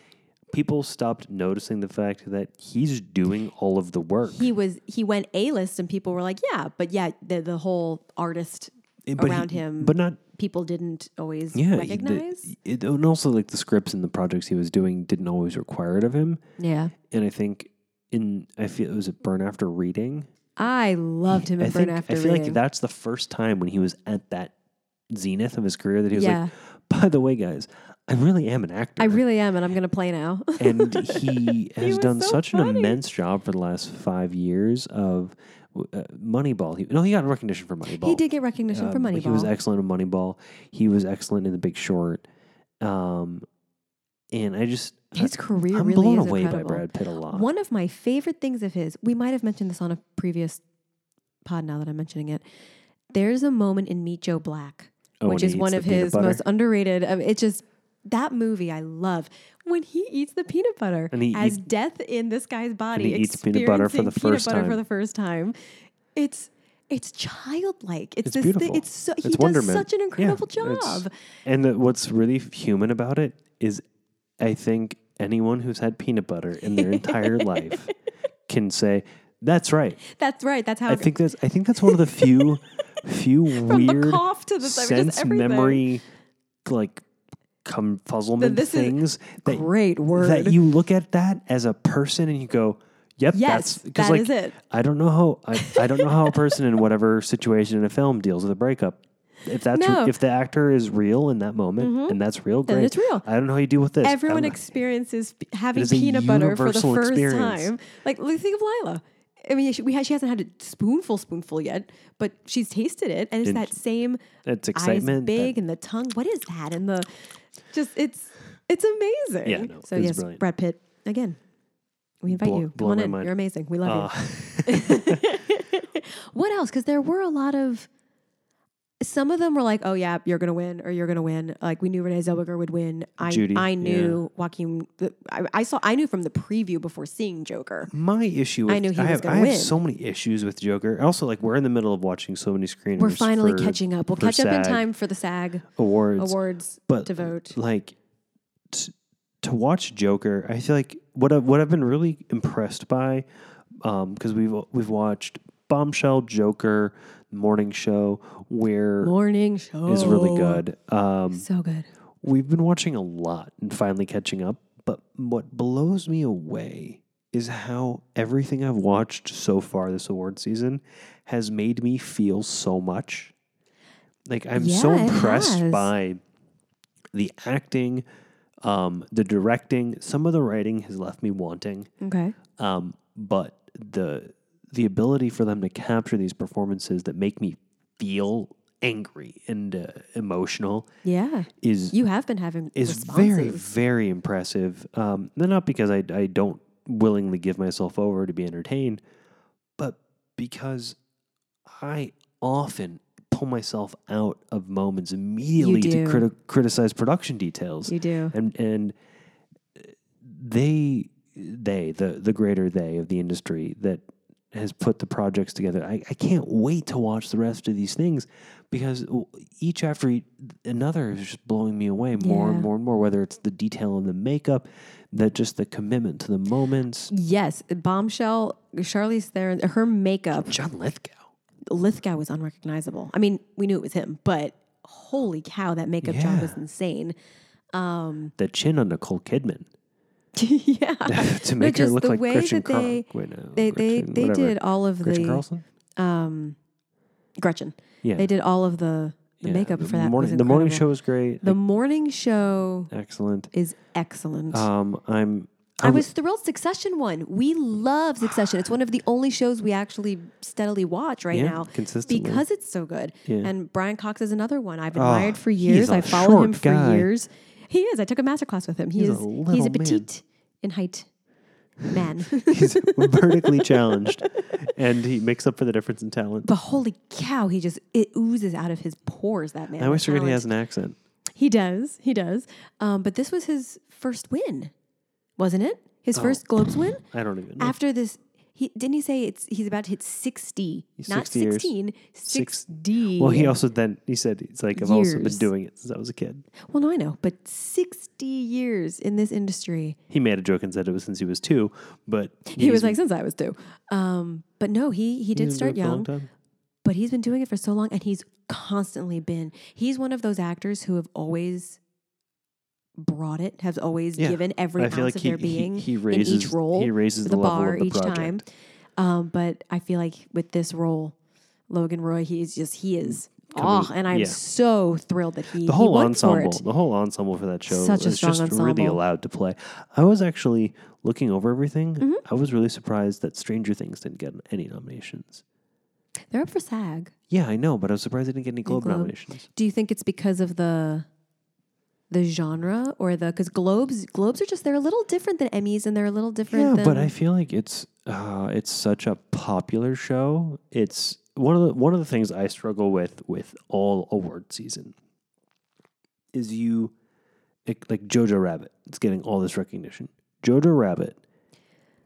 Speaker 2: People stopped noticing the fact that he's doing all of the work,
Speaker 1: he was. He went A-list, and people were like, "Yeah," but yeah, the the whole artist
Speaker 2: Eh, but he-
Speaker 1: around him-
Speaker 2: but not
Speaker 1: people didn't always
Speaker 2: yeah. he did-
Speaker 1: recognize.
Speaker 2: it, and also, like the scripts and the projects he was doing didn't always require it of him.
Speaker 1: yeah,
Speaker 2: And I think in I feel it was a burn after reading.
Speaker 1: I loved him
Speaker 2: I
Speaker 1: in Burn
Speaker 2: think
Speaker 1: After
Speaker 2: I feel
Speaker 1: Reading.
Speaker 2: like that's the first time when he was at that zenith of his career that he was
Speaker 1: Yeah.
Speaker 2: like, by the way, guys, I really am an actor.
Speaker 1: I really am, and I'm gonna play now.
Speaker 2: and he has
Speaker 1: was
Speaker 2: done
Speaker 1: so
Speaker 2: such an
Speaker 1: funny.
Speaker 2: immense job for the last five years of uh, Moneyball. He, no, he got recognition for Moneyball.
Speaker 1: he did get recognition for
Speaker 2: Um,
Speaker 1: Moneyball.
Speaker 2: He was excellent in Moneyball. He was excellent in The Big Short. Um, and I just
Speaker 1: His career
Speaker 2: uh, I'm
Speaker 1: really
Speaker 2: blown
Speaker 1: is
Speaker 2: away
Speaker 1: incredible.
Speaker 2: by Brad Pitt a lot.
Speaker 1: One of my favorite things of his, we might have mentioned this on a previous pod now that I'm mentioning it. There's a moment in Meet Joe Black,
Speaker 2: Oh, when
Speaker 1: which
Speaker 2: he
Speaker 1: is
Speaker 2: eats
Speaker 1: one
Speaker 2: the
Speaker 1: of
Speaker 2: peanut
Speaker 1: his
Speaker 2: butter.
Speaker 1: most underrated. Um, it's just that movie I love. When he eats the peanut butter
Speaker 2: And he
Speaker 1: as
Speaker 2: eat-
Speaker 1: death in this guy's body,
Speaker 2: he eats peanut butter for the
Speaker 1: experiencing peanut
Speaker 2: first
Speaker 1: butter for
Speaker 2: time.
Speaker 1: the first time. It's it's childlike. It's,
Speaker 2: It's
Speaker 1: this
Speaker 2: beautiful.
Speaker 1: Thing, it's so, he does
Speaker 2: It's wonderment.
Speaker 1: such an
Speaker 2: Yeah,
Speaker 1: incredible
Speaker 2: it's-
Speaker 1: job.
Speaker 2: And the, what's really human about it is, I think anyone who's had peanut butter in their entire life can say, "That's right."
Speaker 1: That's right. That's how
Speaker 2: I
Speaker 1: it-
Speaker 2: think that's I think that's one of the few few
Speaker 1: from the
Speaker 2: weird
Speaker 1: cough to the I mean, just
Speaker 2: sense
Speaker 1: everything.
Speaker 2: memory like confuzzlement
Speaker 1: this is
Speaker 2: things that
Speaker 1: Great word.
Speaker 2: that you look at that as a person and you go, "Yep,
Speaker 1: Yes,
Speaker 2: that's
Speaker 1: that
Speaker 2: like
Speaker 1: is it.
Speaker 2: I don't know how I, I don't know how a person in whatever situation in a film deals with a breakup. If that's
Speaker 1: No. Mm-hmm.
Speaker 2: if the actor is real in that moment and that's real, great.
Speaker 1: it's real.
Speaker 2: I don't know how you deal with this. I
Speaker 1: Everyone
Speaker 2: don't know.
Speaker 1: experiences p- having
Speaker 2: is a
Speaker 1: peanut butter for the
Speaker 2: universal
Speaker 1: first
Speaker 2: experience.
Speaker 1: time. Like, look- think of Lila. I mean, she, we had, she hasn't had a spoonful, spoonful yet, but she's tasted it, and it's
Speaker 2: And
Speaker 1: that same eyes
Speaker 2: That's excitement. that-
Speaker 1: big and the tongue. What is that? And the just it's it's amazing.
Speaker 2: Yeah, no,
Speaker 1: so
Speaker 2: it's
Speaker 1: yes,
Speaker 2: brilliant.
Speaker 1: Brad Pitt again. We invite
Speaker 2: Blow-
Speaker 1: you. Come
Speaker 2: blow
Speaker 1: on
Speaker 2: my
Speaker 1: in.
Speaker 2: mind.
Speaker 1: You're amazing. We love
Speaker 2: uh,
Speaker 1: you. what else? Because there were a lot of. Some of them were like, "Oh yeah, you're gonna win, or you're gonna win." Like we knew Renee Zellweger would win. I
Speaker 2: Judy,
Speaker 1: I knew Joaquin. The, I, I saw. I knew from the preview before seeing Joker.
Speaker 2: my issue with
Speaker 1: I knew he
Speaker 2: I
Speaker 1: was
Speaker 2: have,
Speaker 1: gonna
Speaker 2: I have
Speaker 1: win.
Speaker 2: so many issues with Joker. Also, like we're in the middle of watching so many screeners.
Speaker 1: We're finally
Speaker 2: for-
Speaker 1: catching up. We'll
Speaker 2: for
Speaker 1: catch up in
Speaker 2: SAG
Speaker 1: time for the SAG
Speaker 2: awards.
Speaker 1: awards
Speaker 2: but
Speaker 1: to vote.
Speaker 2: Like t- to watch Joker, I feel like what I, what I've been really impressed by because we've we've watched Bombshell, Joker, Morning Show, where is
Speaker 1: Morning show
Speaker 2: really good. Um,
Speaker 1: So good.
Speaker 2: we've been watching a lot and finally catching up. But what blows me away is how everything I've watched so far this award season has made me feel so much. Like I'm so
Speaker 1: Yeah, it
Speaker 2: impressed
Speaker 1: has.
Speaker 2: by the acting, um, the directing. Some of the writing has left me wanting,
Speaker 1: Okay.
Speaker 2: um, but the the ability for them to capture these performances that make me feel angry and uh, emotional
Speaker 1: Yeah.
Speaker 2: is
Speaker 1: You have been having
Speaker 2: is
Speaker 1: responses.
Speaker 2: very very impressive. Um, not because I I don't willingly give myself over to be entertained, but because I often pull myself out of moments immediately to
Speaker 1: do.
Speaker 2: criti- criticize production details
Speaker 1: You do.
Speaker 2: and and they they the the greater they of the industry that has put the projects together. I, I can't wait to watch the rest of these things because w- each after e- another is just blowing me away more
Speaker 1: Yeah.
Speaker 2: and more and more. Whether it's the detail in the makeup, that just the commitment to the moments.
Speaker 1: Yes, Bombshell, Charlize Theron, her makeup,
Speaker 2: John Lithgow.
Speaker 1: Lithgow was unrecognizable. I mean, we knew it was him, but holy cow, that makeup job was
Speaker 2: Yeah.
Speaker 1: insane.
Speaker 2: The chin on Nicole Kidman
Speaker 1: yeah.
Speaker 2: to make her
Speaker 1: just
Speaker 2: look
Speaker 1: the
Speaker 2: like
Speaker 1: way
Speaker 2: Gretchen
Speaker 1: that they-
Speaker 2: Car- wait, no,
Speaker 1: They they
Speaker 2: Gretchen-
Speaker 1: they
Speaker 2: whatever.
Speaker 1: did all of
Speaker 2: Gretchen
Speaker 1: the
Speaker 2: Carlson.
Speaker 1: um Gretchen.
Speaker 2: Yeah,
Speaker 1: They did all of the, the
Speaker 2: yeah.
Speaker 1: makeup
Speaker 2: The
Speaker 1: for that.
Speaker 2: morning-
Speaker 1: was
Speaker 2: the morning
Speaker 1: incredible.
Speaker 2: show was great.
Speaker 1: The morning show
Speaker 2: Excellent.
Speaker 1: is excellent.
Speaker 2: Um, I'm.
Speaker 1: I was thrilled. Succession won. We love Succession. It's one of the only shows we actually steadily watch right
Speaker 2: Yeah,
Speaker 1: now
Speaker 2: consistently.
Speaker 1: because it's so good.
Speaker 2: Yeah. Ah,
Speaker 1: And Brian Cox is another one I've admired for
Speaker 2: he's
Speaker 1: years.
Speaker 2: a
Speaker 1: I followed him
Speaker 2: short
Speaker 1: for
Speaker 2: guy.
Speaker 1: years. He is. I took a master class with him. He
Speaker 2: He's a
Speaker 1: is. he's
Speaker 2: little
Speaker 1: a
Speaker 2: man.
Speaker 1: petite in height man.
Speaker 2: he's vertically challenged, and he makes up for the difference in talent.
Speaker 1: but holy cow, he just it oozes out of his pores. That man.
Speaker 2: I always
Speaker 1: The
Speaker 2: forget he
Speaker 1: talent.
Speaker 2: has an accent.
Speaker 1: He does. He does. Um, but this was his first win, wasn't it? His
Speaker 2: Oh.
Speaker 1: first Globes win.
Speaker 2: I don't even know.
Speaker 1: after this he didn't he say it's he's about to hit 60 not
Speaker 2: 60 years.
Speaker 1: 16
Speaker 2: Six-
Speaker 1: 60
Speaker 2: well, he also then he said it's like I've also been
Speaker 1: Years.
Speaker 2: doing it since I was a kid.
Speaker 1: Well, no i know but 60 years in this industry
Speaker 2: He made a joke and said it was since he was two, but
Speaker 1: he was like since i was two um but no he he did start young but he's been doing it for so long and he's constantly been he's one of those actors who have always brought it has always
Speaker 2: Yeah.
Speaker 1: given every
Speaker 2: I feel
Speaker 1: ounce
Speaker 2: like
Speaker 1: of
Speaker 2: he,
Speaker 1: their being
Speaker 2: he, he
Speaker 1: in
Speaker 2: raises
Speaker 1: each role
Speaker 2: he raises the,
Speaker 1: the
Speaker 2: level
Speaker 1: bar
Speaker 2: of the
Speaker 1: each
Speaker 2: project.
Speaker 1: time. Um, but I feel like with this role, Logan Roy, he is just he is. Oh, and I'm
Speaker 2: yeah.
Speaker 1: so thrilled that he
Speaker 2: the whole
Speaker 1: he won
Speaker 2: ensemble,
Speaker 1: For it.
Speaker 2: the whole ensemble for that show
Speaker 1: Such a
Speaker 2: is
Speaker 1: strong
Speaker 2: just really
Speaker 1: ensemble.
Speaker 2: allowed to play. I was actually looking over everything.
Speaker 1: Mm-hmm.
Speaker 2: I was really surprised that Stranger Things didn't get any nominations.
Speaker 1: They're up for SAG.
Speaker 2: Yeah, I know, but I was surprised they didn't get any Globe,
Speaker 1: Globe.
Speaker 2: nominations.
Speaker 1: Do you think it's because of the the genre or the because globes globes are just they're a little different than Emmys and they're a little different.
Speaker 2: Yeah,
Speaker 1: than,
Speaker 2: but I feel like it's uh, it's such a popular show. It's one of the one of the things I struggle with with all award season is you it- like Jojo Rabbit. It's getting all this recognition. Jojo Rabbit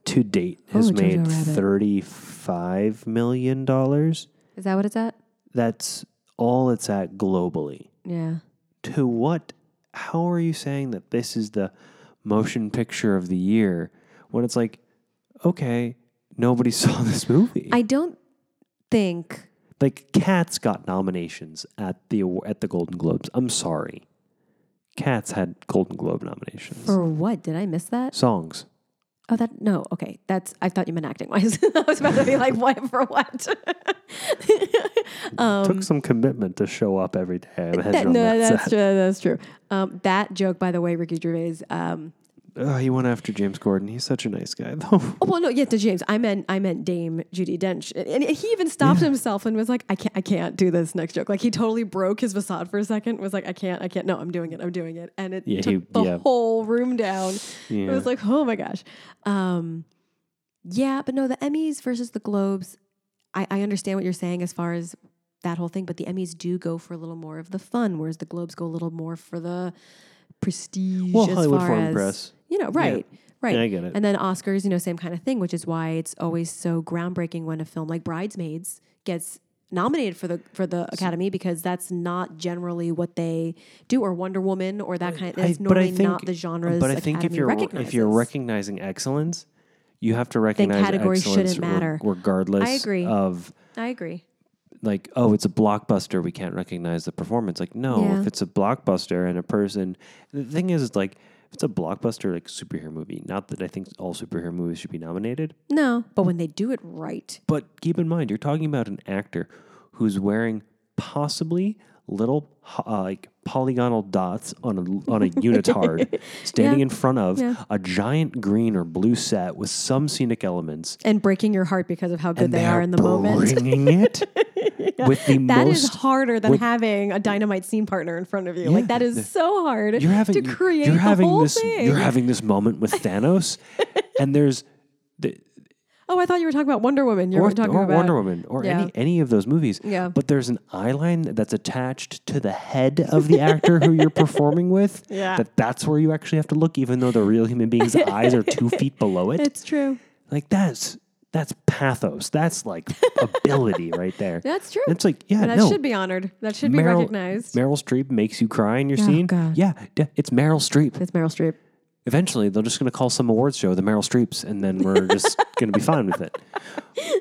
Speaker 2: to date has
Speaker 1: Oh, Jojo
Speaker 2: made
Speaker 1: Rabbit.
Speaker 2: thirty five million dollars.
Speaker 1: is that what it's at?
Speaker 2: That's all it's at globally.
Speaker 1: Yeah,
Speaker 2: to what how are you saying that this is the motion picture of the year when it's like okay nobody saw this movie
Speaker 1: I don't think
Speaker 2: like cats got nominations at the awa- at the golden globes i'm sorry cats had golden globe nominations
Speaker 1: for what did I miss that?
Speaker 2: songs
Speaker 1: Oh, that no. Okay, that's. I thought you meant acting wise. I was about to be like, what for what?
Speaker 2: took some commitment to show up every day I'm hedging
Speaker 1: That-
Speaker 2: on
Speaker 1: Um, no,
Speaker 2: that
Speaker 1: that's
Speaker 2: side.
Speaker 1: true. That's true. Um, that joke, by the way, Ricky Gervais. Um,
Speaker 2: oh, he went after james gordon he's such a nice guy though
Speaker 1: oh, well, no, yeah, to James. I meant, I meant Dame Judy Dench, and, and he even stopped himself and was like, "I can't, I can't do this next joke." Like he totally broke his facade for a second. Was like, "I can't, I can't." No, I'm doing it. I'm doing it, and it
Speaker 2: Yeah,
Speaker 1: took
Speaker 2: he-
Speaker 1: the
Speaker 2: yeah.
Speaker 1: whole room down. It
Speaker 2: Yeah.
Speaker 1: was like, oh my gosh. Um, yeah, but no, the Emmys versus the Globes. I, I understand what you're saying as far as that whole thing, but the Emmys do go for a little more of the fun, whereas the Globes go a little more for the prestige.
Speaker 2: Well,
Speaker 1: as
Speaker 2: Hollywood
Speaker 1: far
Speaker 2: Foreign
Speaker 1: as,
Speaker 2: Press.
Speaker 1: You know, right, right.
Speaker 2: Yeah, I get it.
Speaker 1: And then Oscars, you know, same kind of thing, which is why it's always so groundbreaking when a film like Bridesmaids gets nominated for the for the Academy because that's not generally what they do, or Wonder Woman, or that kind. of That's
Speaker 2: I-
Speaker 1: normally not the genres.
Speaker 2: But I think if
Speaker 1: Academy
Speaker 2: you're if you're
Speaker 1: recognizes.
Speaker 2: recognizing excellence, you have to recognize
Speaker 1: category
Speaker 2: excellence
Speaker 1: shouldn't
Speaker 2: re-
Speaker 1: matter.
Speaker 2: regardless.
Speaker 1: I agree.
Speaker 2: Of
Speaker 1: I agree.
Speaker 2: like, oh, it's a blockbuster. We can't recognize the performance. Like, no,
Speaker 1: Yeah.
Speaker 2: if it's a blockbuster and a person, the thing is, it's like if it's a blockbuster like superhero movie. Not that I think all superhero movies should be nominated,
Speaker 1: No, but when they do it right,
Speaker 2: but keep in mind you're talking about an actor who's wearing possibly little ho- uh, like polygonal dots on a on a unitard standing in front of
Speaker 1: Yeah.
Speaker 2: a giant green or blue set with some scenic elements.
Speaker 1: and breaking your heart because of how good
Speaker 2: and
Speaker 1: they, are in the moment.
Speaker 2: bringing it with the
Speaker 1: That is
Speaker 2: most.
Speaker 1: harder than having a dynamite scene partner in front of you. Like that is so hard
Speaker 2: you're
Speaker 1: to
Speaker 2: having
Speaker 1: create
Speaker 2: you're
Speaker 1: the
Speaker 2: having
Speaker 1: whole
Speaker 2: this
Speaker 1: thing.
Speaker 2: you're having this moment with Thanos, and there's the,
Speaker 1: oh, I thought you were talking about Wonder Woman. You
Speaker 2: or,
Speaker 1: were talking
Speaker 2: or
Speaker 1: about
Speaker 2: Wonder Woman or
Speaker 1: Yeah.
Speaker 2: any any of those movies.
Speaker 1: Yeah.
Speaker 2: But there's an eye line that's attached to the head of the actor who you're performing with.
Speaker 1: Yeah.
Speaker 2: That that's where you actually have to look, even though the real human being's eyes are two feet below it.
Speaker 1: It's true.
Speaker 2: Like that's that's pathos. That's like ability right there.
Speaker 1: That's true.
Speaker 2: It's like yeah,
Speaker 1: that
Speaker 2: no.
Speaker 1: should be honored. That should be
Speaker 2: Meryl,
Speaker 1: recognized.
Speaker 2: Meryl Streep makes you cry in your
Speaker 1: Oh,
Speaker 2: scene.
Speaker 1: God.
Speaker 2: Yeah, d- it's Meryl Streep.
Speaker 1: it's Meryl Streep.
Speaker 2: Eventually, they're just going to call some awards show the Meryl Streeps, and then we're just going to be fine with it.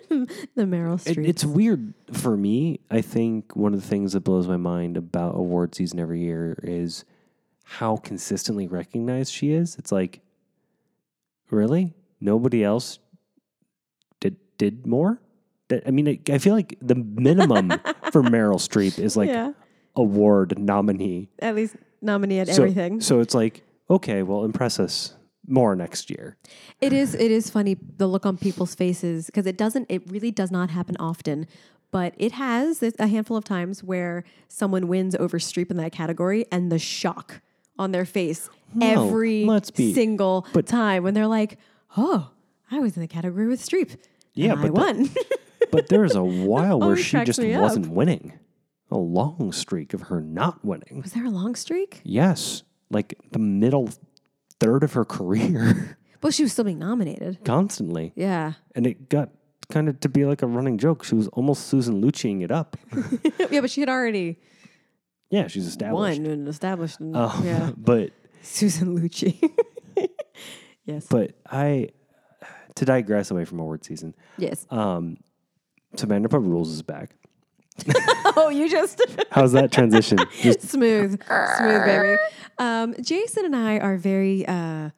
Speaker 1: The Meryl
Speaker 2: It-
Speaker 1: Streep.
Speaker 2: It's weird for me. I think one of the things that blows my mind about award season every year is how consistently recognized she is. It's like, really, nobody else did did more. That- I mean, it, I feel like the minimum for Meryl Streep is like
Speaker 1: yeah.
Speaker 2: award nominee.
Speaker 1: At least nominee at
Speaker 2: So-
Speaker 1: everything.
Speaker 2: So it's like, okay, well, impress us more next year.
Speaker 1: It is it is funny the look on people's faces because it doesn't it really does not happen often, but it has there's a handful of times where someone wins over Streep in that category and the shock on their face
Speaker 2: No,
Speaker 1: every
Speaker 2: let's be-
Speaker 1: single time when they're like, "Oh, I was in the category with Streep."
Speaker 2: Yeah,
Speaker 1: and I
Speaker 2: but that-
Speaker 1: won.
Speaker 2: But there was a while where
Speaker 1: always
Speaker 2: she
Speaker 1: cracks
Speaker 2: just
Speaker 1: me up.
Speaker 2: wasn't winning. A long streak of her not winning.
Speaker 1: was there a long streak?
Speaker 2: Yes, like the middle third of her career,
Speaker 1: Well, she was still being nominated.
Speaker 2: constantly,
Speaker 1: Yeah,
Speaker 2: and it got kind of to be like a running joke. She was almost Susan Lucciing it up.
Speaker 1: yeah, but she had already
Speaker 2: Yeah, she's established.
Speaker 1: won and established. and-
Speaker 2: Um,
Speaker 1: Yeah,
Speaker 2: but
Speaker 1: Susan Lucci. yes,
Speaker 2: but I to digress away from award season.
Speaker 1: yes.
Speaker 2: Um, Samantha Pub Rules is back.
Speaker 1: oh, you just.
Speaker 2: How's that transition? Just
Speaker 1: smooth, smooth, baby. Um, Jason and I are very, uh, and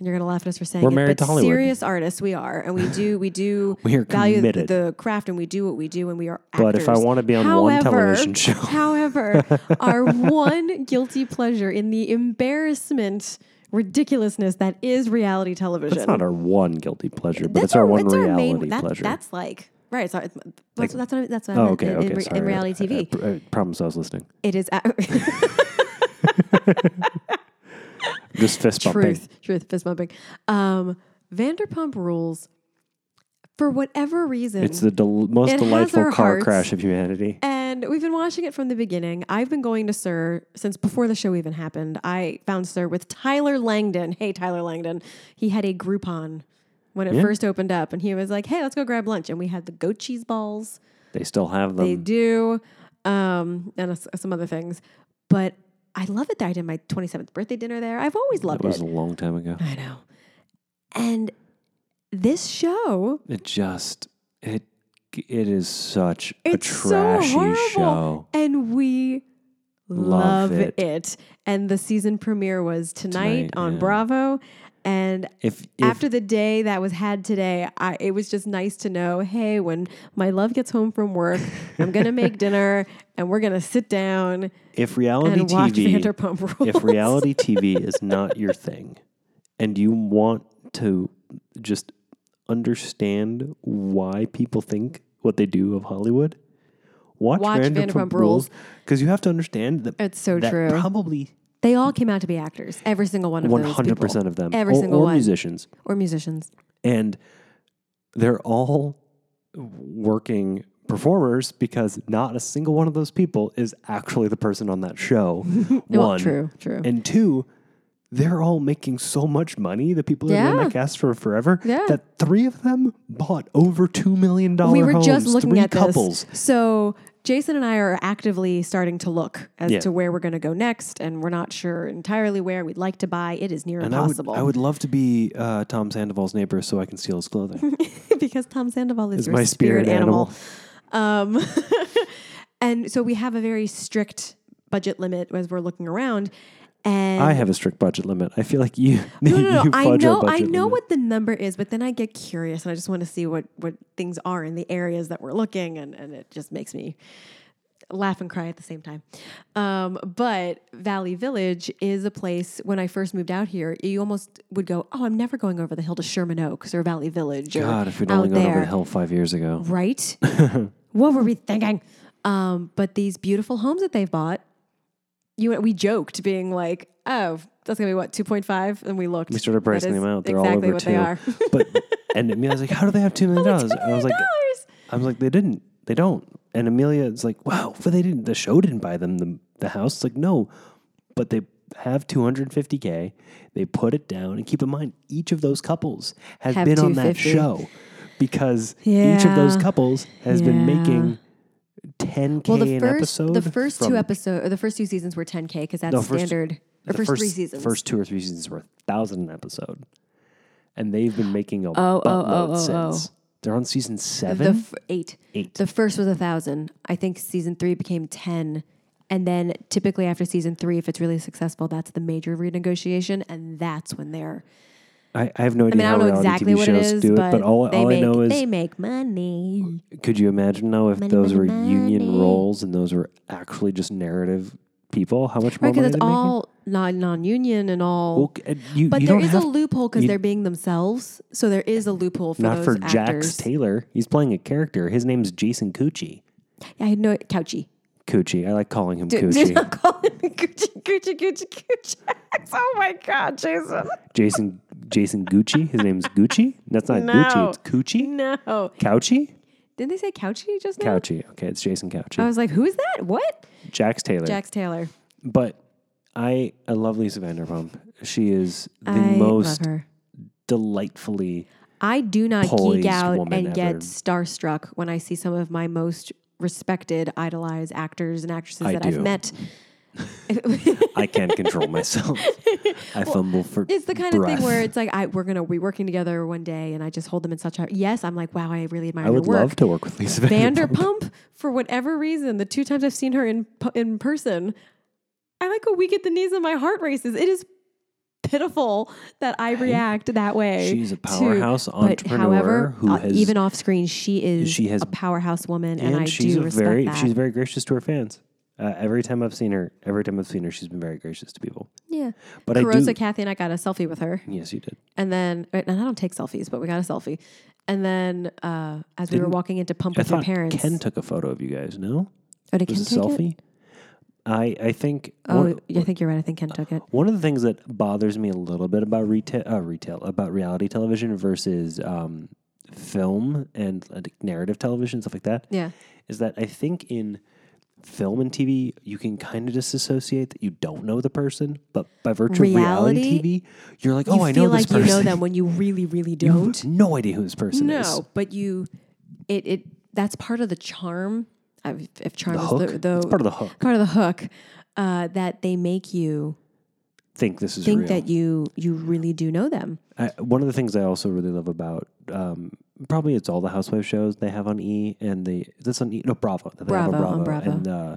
Speaker 1: you're gonna laugh at us for saying
Speaker 2: We're
Speaker 1: it,
Speaker 2: married
Speaker 1: but
Speaker 2: to Hollywood.
Speaker 1: serious artists we are, and we do we do
Speaker 2: We are
Speaker 1: value the,
Speaker 2: committed.
Speaker 1: the craft, and we do what we do, and we are. Actors.
Speaker 2: But if I wanna be on one television show.
Speaker 1: however, our one guilty pleasure in the embarrassment, ridiculousness that is reality television.
Speaker 2: it's not our one guilty pleasure, but
Speaker 1: That's
Speaker 2: it's our, one
Speaker 1: it's
Speaker 2: reality
Speaker 1: main, that-
Speaker 2: pleasure.
Speaker 1: That's like. Right, sorry. That's, that's, that's what I, that's what I
Speaker 2: oh,
Speaker 1: meant
Speaker 2: okay,
Speaker 1: in,
Speaker 2: okay,
Speaker 1: in, re-
Speaker 2: sorry.
Speaker 1: in reality
Speaker 2: I- I-
Speaker 1: TV.
Speaker 2: I, I promise I was listening.
Speaker 1: it is a-
Speaker 2: Just fist bumping.
Speaker 1: Truth, truth, fist bumping. Um, Vanderpump Rules, for whatever reason,
Speaker 2: It's the del- most
Speaker 1: It has
Speaker 2: delightful
Speaker 1: our
Speaker 2: car
Speaker 1: hearts.
Speaker 2: crash of humanity.
Speaker 1: and we've been watching it from the beginning. I've been going to Sir since before the show even happened. I found Sir with Tyler Langdon. Hey, Tyler Langdon. He had a Groupon when it first opened up, and he was like, "Hey, let's go grab lunch." And we had the goat cheese balls.
Speaker 2: They still have
Speaker 1: They
Speaker 2: them.
Speaker 1: do, um, and s- some other things, but. I love it that I did my 27th birthday dinner there. I've always
Speaker 2: That
Speaker 1: loved
Speaker 2: was
Speaker 1: it.
Speaker 2: a long time ago.
Speaker 1: I know. And this show,
Speaker 2: It just it it is such a
Speaker 1: it's so
Speaker 2: trashy
Speaker 1: horrible.
Speaker 2: show.
Speaker 1: And we
Speaker 2: Love
Speaker 1: love,
Speaker 2: it.
Speaker 1: it. And the season premiere was tonight,
Speaker 2: Tonight,
Speaker 1: on
Speaker 2: yeah.
Speaker 1: Bravo. And
Speaker 2: If, if
Speaker 1: after the day that was had today, I, it was just nice to know hey, when my love gets home from work, I'm going to make dinner and we're going to sit down
Speaker 2: if reality
Speaker 1: and watch
Speaker 2: TV
Speaker 1: Vanderpump Rules.
Speaker 2: if reality TV is not your thing, and you want to just understand why people think what they do of Hollywood, watch,
Speaker 1: Watch
Speaker 2: Vanderpump,
Speaker 1: Vanderpump
Speaker 2: Rules
Speaker 1: Rules.
Speaker 2: because you have to understand that
Speaker 1: It's so
Speaker 2: that
Speaker 1: true.
Speaker 2: Probably
Speaker 1: they all came out to be actors, every single one of
Speaker 2: one
Speaker 1: those
Speaker 2: hundred
Speaker 1: people,
Speaker 2: percent of them,
Speaker 1: Every
Speaker 2: or,
Speaker 1: single
Speaker 2: or
Speaker 1: one.
Speaker 2: musicians,
Speaker 1: or musicians.
Speaker 2: and they're all working performers because not a single one of those people is actually the person on that show.
Speaker 1: Well,
Speaker 2: one,
Speaker 1: true, true.
Speaker 2: and two, they're all making so much money, the people that have been
Speaker 1: Yeah.
Speaker 2: that cast for forever,
Speaker 1: Yeah.
Speaker 2: that three of them bought over $2 million
Speaker 1: we were
Speaker 2: homes,
Speaker 1: just looking
Speaker 2: three
Speaker 1: at
Speaker 2: couples.
Speaker 1: this. So Jason and I are actively starting to look as
Speaker 2: Yeah.
Speaker 1: to where we're going to go next, and we're not sure entirely where we'd like to buy. It is near
Speaker 2: And I would,
Speaker 1: impossible
Speaker 2: I would love to be uh, Tom Sandoval's neighbor so I can steal his clothing.
Speaker 1: because Tom Sandoval is,
Speaker 2: It's
Speaker 1: your
Speaker 2: my spirit, animal.
Speaker 1: animal. Um, and so we have a very strict budget limit as we're looking around. And
Speaker 2: I have a strict budget limit. I feel like you,
Speaker 1: no, no, no.
Speaker 2: you
Speaker 1: I
Speaker 2: fudge our
Speaker 1: know, I
Speaker 2: budget
Speaker 1: know
Speaker 2: limit.
Speaker 1: what the number is, but then I get curious and I just want to see what what things are in the areas that we're looking, and and it just makes me laugh and cry at the same time. Um, but Valley Village is a place when I first moved out here, you almost would go, Oh, I'm never going over the hill to Sherman Oaks or Valley Village. or
Speaker 2: God, if we'd
Speaker 1: out
Speaker 2: only gone over
Speaker 1: there.
Speaker 2: the hill five years ago.
Speaker 1: Right? what were we thinking? Um, but these beautiful homes that they've bought, you we joked being like, oh, that's gonna be what two point five, and we looked.
Speaker 2: We started pricing them out. They're all
Speaker 1: exactly
Speaker 2: over
Speaker 1: what
Speaker 2: two.
Speaker 1: they are.
Speaker 2: but and Amelia's like, how do they have two million dollars? I was like,
Speaker 1: Dollars.
Speaker 2: I was like, they didn't. They don't. And Amelia is like, wow, but they didn't. The show didn't buy them the, the house. It's like, no, but they have 250K. They put it down. And keep in mind, each of those couples has
Speaker 1: Have
Speaker 2: been on that
Speaker 1: 250.
Speaker 2: show because each of those
Speaker 1: Yeah.
Speaker 2: couples has been
Speaker 1: Yeah.
Speaker 2: making 10K
Speaker 1: Well, the
Speaker 2: an
Speaker 1: first
Speaker 2: episode.
Speaker 1: the first two
Speaker 2: from-
Speaker 1: episodes, the first two seasons were ten k because that's
Speaker 2: No, first-
Speaker 1: standard. Or
Speaker 2: the
Speaker 1: first, three seasons.
Speaker 2: First two or three seasons were 1,000 an episode. And they've been making a
Speaker 1: oh, oh,
Speaker 2: buttload
Speaker 1: oh, oh.
Speaker 2: since. They're on season
Speaker 1: the
Speaker 2: seven.
Speaker 1: f- eight.
Speaker 2: Eight.
Speaker 1: The first was a thousand. I think season three became ten. And then typically after season three, if it's really successful, that's the major renegotiation, and that's when they're
Speaker 2: I, I have no idea
Speaker 1: I mean, I
Speaker 2: how
Speaker 1: don't know
Speaker 2: reality
Speaker 1: exactly
Speaker 2: TV
Speaker 1: what it
Speaker 2: shows
Speaker 1: is,
Speaker 2: do it,
Speaker 1: but,
Speaker 2: but, all,
Speaker 1: they
Speaker 2: all
Speaker 1: make,
Speaker 2: I know is
Speaker 1: they make money.
Speaker 2: could you imagine though if
Speaker 1: Money,
Speaker 2: those
Speaker 1: money,
Speaker 2: were union
Speaker 1: money.
Speaker 2: roles and those were actually just narrative people? How much more
Speaker 1: Right, because
Speaker 2: money
Speaker 1: it's
Speaker 2: they making?
Speaker 1: all non non-union and all.
Speaker 2: Well, c- and you,
Speaker 1: but
Speaker 2: you
Speaker 1: there
Speaker 2: don't
Speaker 1: is a
Speaker 2: have
Speaker 1: loophole because
Speaker 2: you-
Speaker 1: they're being themselves. So there is a loophole for
Speaker 2: not
Speaker 1: those
Speaker 2: for
Speaker 1: actors.
Speaker 2: Jax Taylor. He's playing a character. His name's Jason Cucci.
Speaker 1: Yeah, I had no Couchy.
Speaker 2: Cucci. I like calling him
Speaker 1: Dude,
Speaker 2: Cucci.
Speaker 1: not call him Gucci, Gucci, Gucci, Gucci. Oh my God, Jason!
Speaker 2: Jason Jason Gucci. His name's Gucci. That's not Gucci.
Speaker 1: No.
Speaker 2: It's Cucci.
Speaker 1: No,
Speaker 2: Couchy.
Speaker 1: didn't they say Couchy just now?
Speaker 2: Couchy. Okay, it's Jason Couchy.
Speaker 1: I was like, who is that? What?
Speaker 2: Jax Taylor.
Speaker 1: Jax Taylor.
Speaker 2: But I I love Lisa Vanderpump. She is the
Speaker 1: I
Speaker 2: most
Speaker 1: love her.
Speaker 2: delightfully
Speaker 1: I do not
Speaker 2: poised
Speaker 1: geek out
Speaker 2: woman
Speaker 1: and get
Speaker 2: ever.
Speaker 1: starstruck when I see some of my most respected, idolized actors and actresses
Speaker 2: I
Speaker 1: that
Speaker 2: do.
Speaker 1: I've met.
Speaker 2: I can't control myself. I fumble for
Speaker 1: It's the kind
Speaker 2: breath.
Speaker 1: of thing where it's like I we're gonna be working together one day, and I just hold them in such. high Yes, I'm like, wow, I really admire
Speaker 2: I would
Speaker 1: your work.
Speaker 2: love to work with Lisa Vanderpump.
Speaker 1: Vanderpump, for whatever reason, the two times I've seen her in pu- in person, I like go weak at the knees and my heart races. It is pitiful that I react that way.
Speaker 2: She's a
Speaker 1: to-
Speaker 2: powerhouse
Speaker 1: but
Speaker 2: entrepreneur
Speaker 1: however,
Speaker 2: who
Speaker 1: uh,
Speaker 2: has
Speaker 1: even off screen, she is
Speaker 2: she has-
Speaker 1: a powerhouse woman, and,
Speaker 2: and,
Speaker 1: I
Speaker 2: she's
Speaker 1: do
Speaker 2: a
Speaker 1: respect
Speaker 2: very
Speaker 1: that.
Speaker 2: she's very gracious to her fans. Uh, every time I've seen her, every time I've seen her, she's been very gracious to people.
Speaker 1: yeah,
Speaker 2: But I
Speaker 1: Carosa,
Speaker 2: do.
Speaker 1: Kathy, and I got a selfie with her,
Speaker 2: Yes, you did.
Speaker 1: and then and I don't take selfies, but we got a selfie. And then uh, as we were
Speaker 2: Didn't-
Speaker 1: walking into Pump
Speaker 2: I
Speaker 1: with her
Speaker 2: thought
Speaker 1: parents,
Speaker 2: Ken took a photo of you guys. No,
Speaker 1: oh, did
Speaker 2: it
Speaker 1: Ken
Speaker 2: was
Speaker 1: take
Speaker 2: a
Speaker 1: it?
Speaker 2: selfie. I I think
Speaker 1: Oh,
Speaker 2: one-
Speaker 1: yeah, I think you're right. I think Ken took it.
Speaker 2: One of the things that bothers me a little bit about retail, uh, retail about reality television versus um, film and uh, narrative television stuff like that,
Speaker 1: Yeah.
Speaker 2: is that I think in film and TV you can kind of disassociate that you don't know the person, but by virtue of reality
Speaker 1: Reality,
Speaker 2: TV, you're like,
Speaker 1: you
Speaker 2: oh, I
Speaker 1: feel
Speaker 2: know this
Speaker 1: like
Speaker 2: person.
Speaker 1: you know them when you really, really
Speaker 2: You have
Speaker 1: don't.
Speaker 2: no idea who this person
Speaker 1: no,
Speaker 2: is.
Speaker 1: but you, it, it that's part of the charm. I- If charm
Speaker 2: The
Speaker 1: is
Speaker 2: hook.
Speaker 1: the, the
Speaker 2: it's part of the hook.
Speaker 1: part of the hook uh, that they make you
Speaker 2: Think this is
Speaker 1: think
Speaker 2: real.
Speaker 1: that you you really do know them.
Speaker 2: I, one of the things I also really love about um, probably it's all the housewife shows they have on E and they that's on E no Bravo that they have
Speaker 1: Bravo, on Bravo.
Speaker 2: and uh,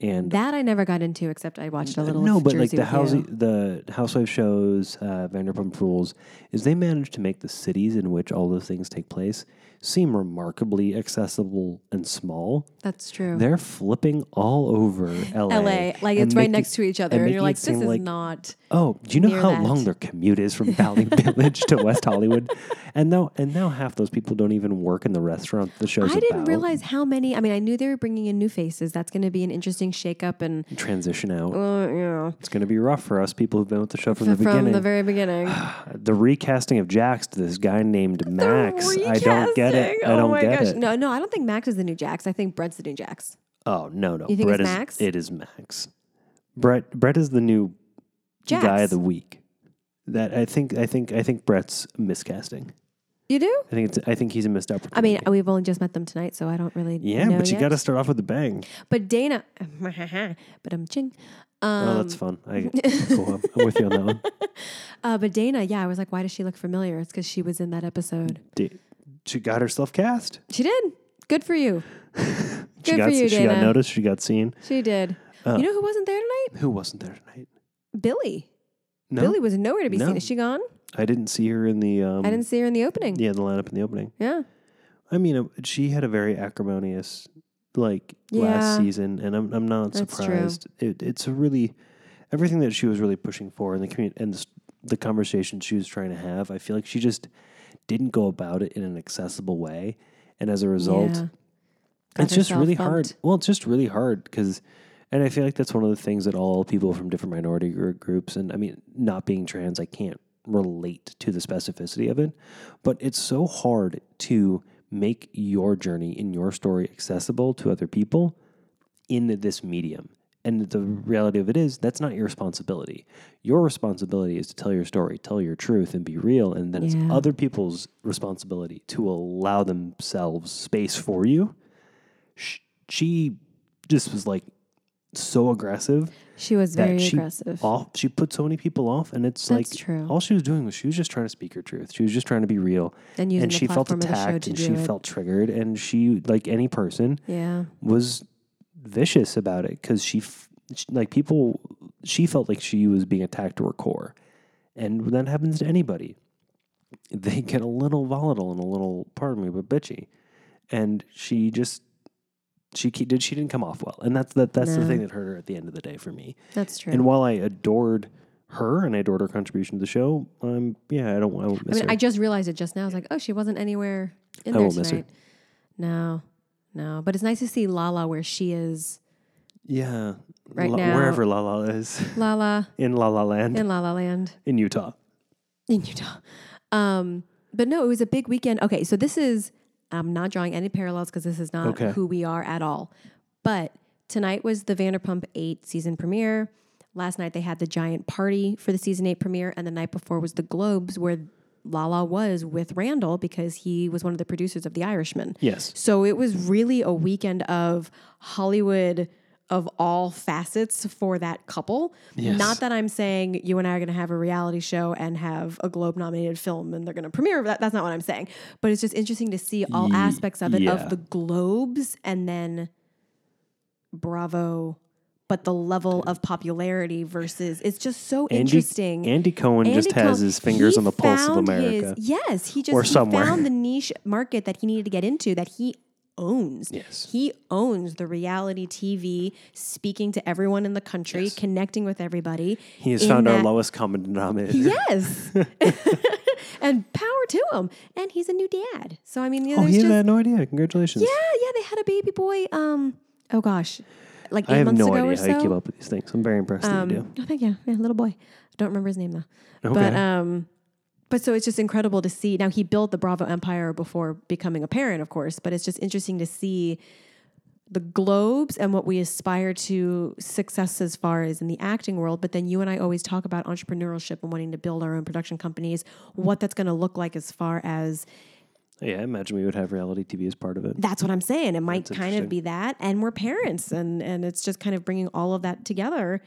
Speaker 2: and
Speaker 1: That I never got into, except I watched a little.
Speaker 2: no
Speaker 1: of
Speaker 2: but like
Speaker 1: Jersey
Speaker 2: the
Speaker 1: with
Speaker 2: house
Speaker 1: You.
Speaker 2: the housewife shows uh, Vanderpump Rules is they manage to make the cities in which all those things take place seem remarkably accessible and small.
Speaker 1: That's true.
Speaker 2: They're flipping all over LA,
Speaker 1: L.A. Like
Speaker 2: and
Speaker 1: it's right
Speaker 2: making-
Speaker 1: next to each other,
Speaker 2: and
Speaker 1: and,
Speaker 2: making
Speaker 1: you're
Speaker 2: it
Speaker 1: like, this
Speaker 2: seem
Speaker 1: is
Speaker 2: like-
Speaker 1: not.
Speaker 2: Oh, do you know
Speaker 1: near
Speaker 2: how
Speaker 1: that.
Speaker 2: long their commute is from Valley Village to West Hollywood? And now, and now half those people don't even work in the restaurant the show's
Speaker 1: I didn't
Speaker 2: about.
Speaker 1: realize how many. I mean, I knew they were bringing in new faces. That's going to be an interesting shakeup, and
Speaker 2: Transition out.
Speaker 1: uh, yeah,
Speaker 2: It's going to be rough for us people who've been with the show from the
Speaker 1: from
Speaker 2: beginning. Uh,
Speaker 1: the very beginning.
Speaker 2: the recasting of Jax to this guy named Max.
Speaker 1: The
Speaker 2: I don't get it.
Speaker 1: recasting.
Speaker 2: I
Speaker 1: oh
Speaker 2: don't
Speaker 1: my
Speaker 2: get
Speaker 1: gosh.
Speaker 2: it.
Speaker 1: No, no, I don't think Max is the new Jax. I think Brett's the new Jax.
Speaker 2: Oh no, no.
Speaker 1: You think
Speaker 2: Brett
Speaker 1: it's
Speaker 2: is
Speaker 1: Max?
Speaker 2: It is Max. Brett. Brett is the new
Speaker 1: Jax.
Speaker 2: guy of the week. That I think. I think. I think Brett's miscasting.
Speaker 1: You do?
Speaker 2: I think. It's, I think he's a missed opportunity.
Speaker 1: I mean, we've only just met them tonight, so I don't really
Speaker 2: yeah,
Speaker 1: know
Speaker 2: but you
Speaker 1: yet.
Speaker 2: got to start off with a bang.
Speaker 1: But Dana, but I'm ching. Um,
Speaker 2: Oh, that's fun. I, cool. I'm, I'm with you on that one.
Speaker 1: uh, but Dana, yeah, I was like, why does she look familiar? It's because she was in that episode.
Speaker 2: D- She got herself cast.
Speaker 1: She did. Good for you.
Speaker 2: She
Speaker 1: Good
Speaker 2: got
Speaker 1: for you,
Speaker 2: she got
Speaker 1: Dana.
Speaker 2: noticed. Oh. She got seen.
Speaker 1: She did. you know who wasn't there tonight?
Speaker 2: Who wasn't there tonight?
Speaker 1: Billy.
Speaker 2: No,
Speaker 1: Billy was nowhere to be
Speaker 2: No.
Speaker 1: seen. Is she gone?
Speaker 2: I didn't see her in the. Um,
Speaker 1: I didn't see her in the opening.
Speaker 2: Yeah, in the lineup in the opening.
Speaker 1: yeah.
Speaker 2: I mean, uh, she had a very acrimonious like
Speaker 1: Yeah.
Speaker 2: last season, and I'm I'm not
Speaker 1: That's true.
Speaker 2: surprised. It, it's a really everything that she was really pushing for, and the commu- and the, s- the conversation she was trying to have. I feel like she just didn't go about it in an accessible way, and as a result,
Speaker 1: Yeah. Got
Speaker 2: it's just
Speaker 1: herself
Speaker 2: really
Speaker 1: bumped.
Speaker 2: hard. Well, it's just really hard because, and I feel like that's one of the things that all people from different minority gr- groups, and I mean, not being trans, I can't relate to the specificity of it, but it's so hard to make your journey and your story accessible to other people in this medium. And the reality of it is, that's not your responsibility. Your responsibility is to tell your story, tell your truth, and be real. And then it's
Speaker 1: Yeah.
Speaker 2: other people's responsibility to allow themselves space for you sh- she just was like so aggressive
Speaker 1: She was
Speaker 2: that
Speaker 1: very
Speaker 2: she
Speaker 1: aggressive.
Speaker 2: off she put so many people off and it's
Speaker 1: That's
Speaker 2: like
Speaker 1: true.
Speaker 2: all she was doing was she was just trying to speak her truth she was just trying to be real
Speaker 1: And using
Speaker 2: and
Speaker 1: the
Speaker 2: she felt
Speaker 1: platform of the show
Speaker 2: attacked
Speaker 1: to
Speaker 2: and
Speaker 1: do
Speaker 2: she
Speaker 1: it.
Speaker 2: felt triggered and she like any person
Speaker 1: yeah.
Speaker 2: was vicious about it because she, f- she like people she felt like she was being attacked to her core and that happens to anybody they get a little volatile and a little pardon me but bitchy and she just she ke- did she didn't come off well and that's that that's the
Speaker 1: No.
Speaker 2: thing that hurt her at the end of the day for me
Speaker 1: That's true.
Speaker 2: and while i adored her and i adored her contribution to the show um yeah i don't i won't
Speaker 1: I
Speaker 2: miss
Speaker 1: mean,
Speaker 2: her
Speaker 1: I just realized it just now. I was like, oh, she wasn't anywhere in
Speaker 2: I
Speaker 1: there
Speaker 2: won't miss her.
Speaker 1: tonight. No, no. But it's nice to see Lala where she is.
Speaker 2: yeah
Speaker 1: right
Speaker 2: La-
Speaker 1: now-
Speaker 2: wherever la la is
Speaker 1: Lala
Speaker 2: in la la land
Speaker 1: in La La Land
Speaker 2: in utah
Speaker 1: in Utah. Um, but no, it was a big weekend. Okay, so this is, I'm not drawing any parallels because this is not
Speaker 2: Okay.
Speaker 1: who we are at all. But tonight was the Vanderpump 8 season premiere. Last night they had the giant party for the season 8 premiere. And the night before was the Globes where Lala was with Randall because he was one of the producers of The Irishman.
Speaker 2: yes
Speaker 1: So it was really a weekend of Hollywood of all facets for that couple.
Speaker 2: Yes.
Speaker 1: Not that I'm saying you and I are going to have a reality show and have a Globe nominated film and they're going to premiere that. That's not what I'm saying. But it's just interesting to see all
Speaker 2: Ye-
Speaker 1: aspects of it
Speaker 2: yeah.
Speaker 1: of the Globes and then Bravo but the level of popularity versus it's just so interesting.
Speaker 2: Andy Cohen just
Speaker 1: Andy
Speaker 2: has
Speaker 1: Cohen,
Speaker 2: his fingers
Speaker 1: he
Speaker 2: on the pulse of
Speaker 1: found
Speaker 2: America.
Speaker 1: his- yes, he just
Speaker 2: Or
Speaker 1: he
Speaker 2: somewhere.
Speaker 1: found the niche market that he needed to get into that he owns.
Speaker 2: Yes.
Speaker 1: He owns the reality TV, speaking to everyone in the country, connecting with everybody.
Speaker 2: He has
Speaker 1: in
Speaker 2: found our
Speaker 1: that-
Speaker 2: lowest common denominator.
Speaker 1: Yes. and power to him. And he's a new dad. So I mean, you know,
Speaker 2: Oh,
Speaker 1: there's
Speaker 2: he
Speaker 1: just
Speaker 2: had no idea. Congratulations.
Speaker 1: yeah, yeah, they had a baby boy um oh gosh, like 8
Speaker 2: I have
Speaker 1: months
Speaker 2: no
Speaker 1: ago
Speaker 2: idea
Speaker 1: or
Speaker 2: how
Speaker 1: so.
Speaker 2: you keep up with these things. I'm very impressed that you do.
Speaker 1: Oh, thank you. Yeah, little boy. Don't remember his name though. But
Speaker 2: Okay.
Speaker 1: um, but so it's just incredible to see. Now he built the Bravo empire before becoming a parent, of course. But it's just interesting to see the globes and what we aspire to success as far as in the acting world but then you and i always talk about entrepreneurship and wanting to build our own production companies what that's going to look like as far as
Speaker 2: Oh, Yeah, I imagine we would have reality TV as part of it.
Speaker 1: that's what I'm saying. It might kind of be that, and we're parents, and and it's just kind of bringing all of that together.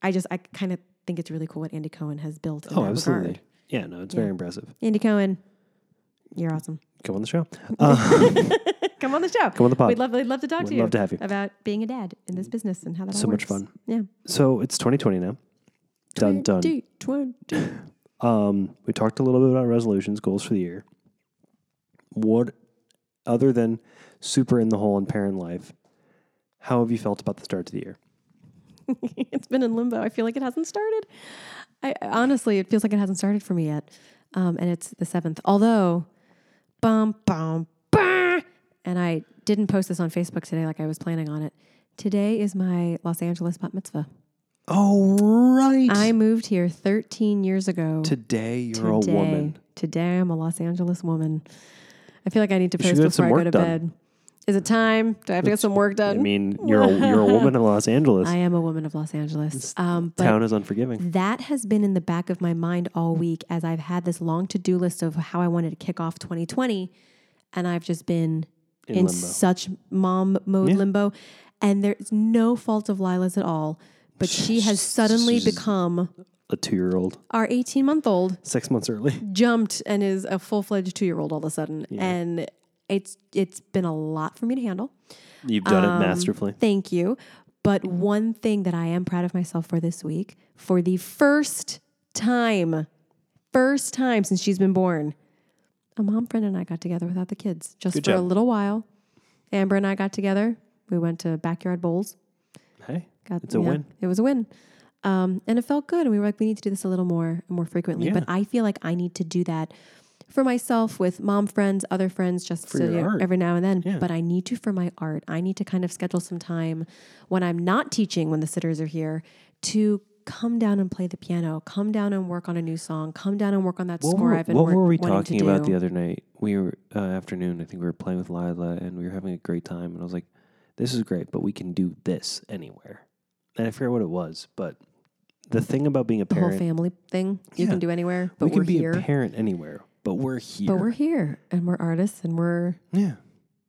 Speaker 1: I just I kind of think it's really cool what Andy Cohen has built. In
Speaker 2: Oh,
Speaker 1: that
Speaker 2: absolutely.
Speaker 1: Regard.
Speaker 2: Yeah, no, it's very impressive.
Speaker 1: Andy Cohen, you're awesome.
Speaker 2: Come on the show.
Speaker 1: Come on the show.
Speaker 2: Come on the pod.
Speaker 1: We'd love we'd love to talk to
Speaker 2: We'd
Speaker 1: you.
Speaker 2: love to have you. Mm.
Speaker 1: about being a dad in this business and how that
Speaker 2: So
Speaker 1: all
Speaker 2: much
Speaker 1: works.
Speaker 2: fun.
Speaker 1: Yeah.
Speaker 2: So it's 2020 now. Done, done.
Speaker 1: Twenty, twenty.
Speaker 2: Um, we talked a little bit about resolutions, goals for the year. What, other than super in the hole and parent life, how have you felt about the start to the year?
Speaker 1: it's been in limbo. I feel like it hasn't started. I honestly, it feels like it hasn't started for me yet. Um, and it's the seventh. Although, bum bum bah, and I didn't post this on Facebook today like I was planning on it. Today is my Los Angeles bat mitzvah.
Speaker 2: Oh, right.
Speaker 1: I moved here 13 years ago.
Speaker 2: Today you're
Speaker 1: today.
Speaker 2: a woman.
Speaker 1: Today I'm a Los Angeles woman. I feel like I need to
Speaker 2: should
Speaker 1: post
Speaker 2: get
Speaker 1: before
Speaker 2: some
Speaker 1: I go
Speaker 2: work
Speaker 1: to
Speaker 2: done.
Speaker 1: bed. Is it time? Do I have to get some work
Speaker 2: I
Speaker 1: done?
Speaker 2: mean, you're a, you're a woman in Los Angeles.
Speaker 1: I am a woman of Los Angeles. Um, but
Speaker 2: Town is unforgiving.
Speaker 1: That has been in the back of my mind all week as I've had this long to do list of how I wanted to kick off 2020. And I've just been in,
Speaker 2: In limbo.
Speaker 1: such mom mode limbo. And there's no fault of Lila's at all. But she has suddenly become
Speaker 2: A two year old,
Speaker 1: our 18 month old,
Speaker 2: six months early.
Speaker 1: jumped and is a full fledged two year old all of a sudden. And it's it's been a lot for me to handle.
Speaker 2: You've done
Speaker 1: Um,
Speaker 2: it masterfully.
Speaker 1: Thank you. But
Speaker 2: Mm-hmm.
Speaker 1: one thing that I am proud of myself for this week, for the first time, first time since she's been born, a mom friend and I got together without the kids just
Speaker 2: Good
Speaker 1: for a
Speaker 2: job.
Speaker 1: little while. Amber and I got together We went to Backyard Bowls.
Speaker 2: Hey,
Speaker 1: Got,
Speaker 2: It's a win.
Speaker 1: It was a win. Um, and it felt good. And we were like, we need to do this a little more more frequently.
Speaker 2: Yeah.
Speaker 1: But I feel like I need to do that for myself with mom friends, other friends, just
Speaker 2: For
Speaker 1: so,
Speaker 2: your
Speaker 1: you know,
Speaker 2: art.
Speaker 1: every now and then.
Speaker 2: Yeah.
Speaker 1: But I need to for my art. I need to kind of schedule some time when I'm not teaching, when the sitters are here, to come down and play the piano, come down and work on a new song, come down and work on that
Speaker 2: what
Speaker 1: score
Speaker 2: were,
Speaker 1: I've been
Speaker 2: what
Speaker 1: wor-
Speaker 2: were we
Speaker 1: wanting to
Speaker 2: talking about
Speaker 1: do.
Speaker 2: the other night? We were uh, afternoon. I think we were playing with Lila, and we were having a great time. And I was like, "This is great, but we can do this anywhere." And I forget what it was, but the thing about being a
Speaker 1: the whole
Speaker 2: parent,
Speaker 1: family thing you
Speaker 2: Yeah.
Speaker 1: can do anywhere, but
Speaker 2: we can
Speaker 1: are
Speaker 2: be
Speaker 1: here.
Speaker 2: a parent anywhere, but we're here.
Speaker 1: But we're here and we're artists and we're
Speaker 2: yeah.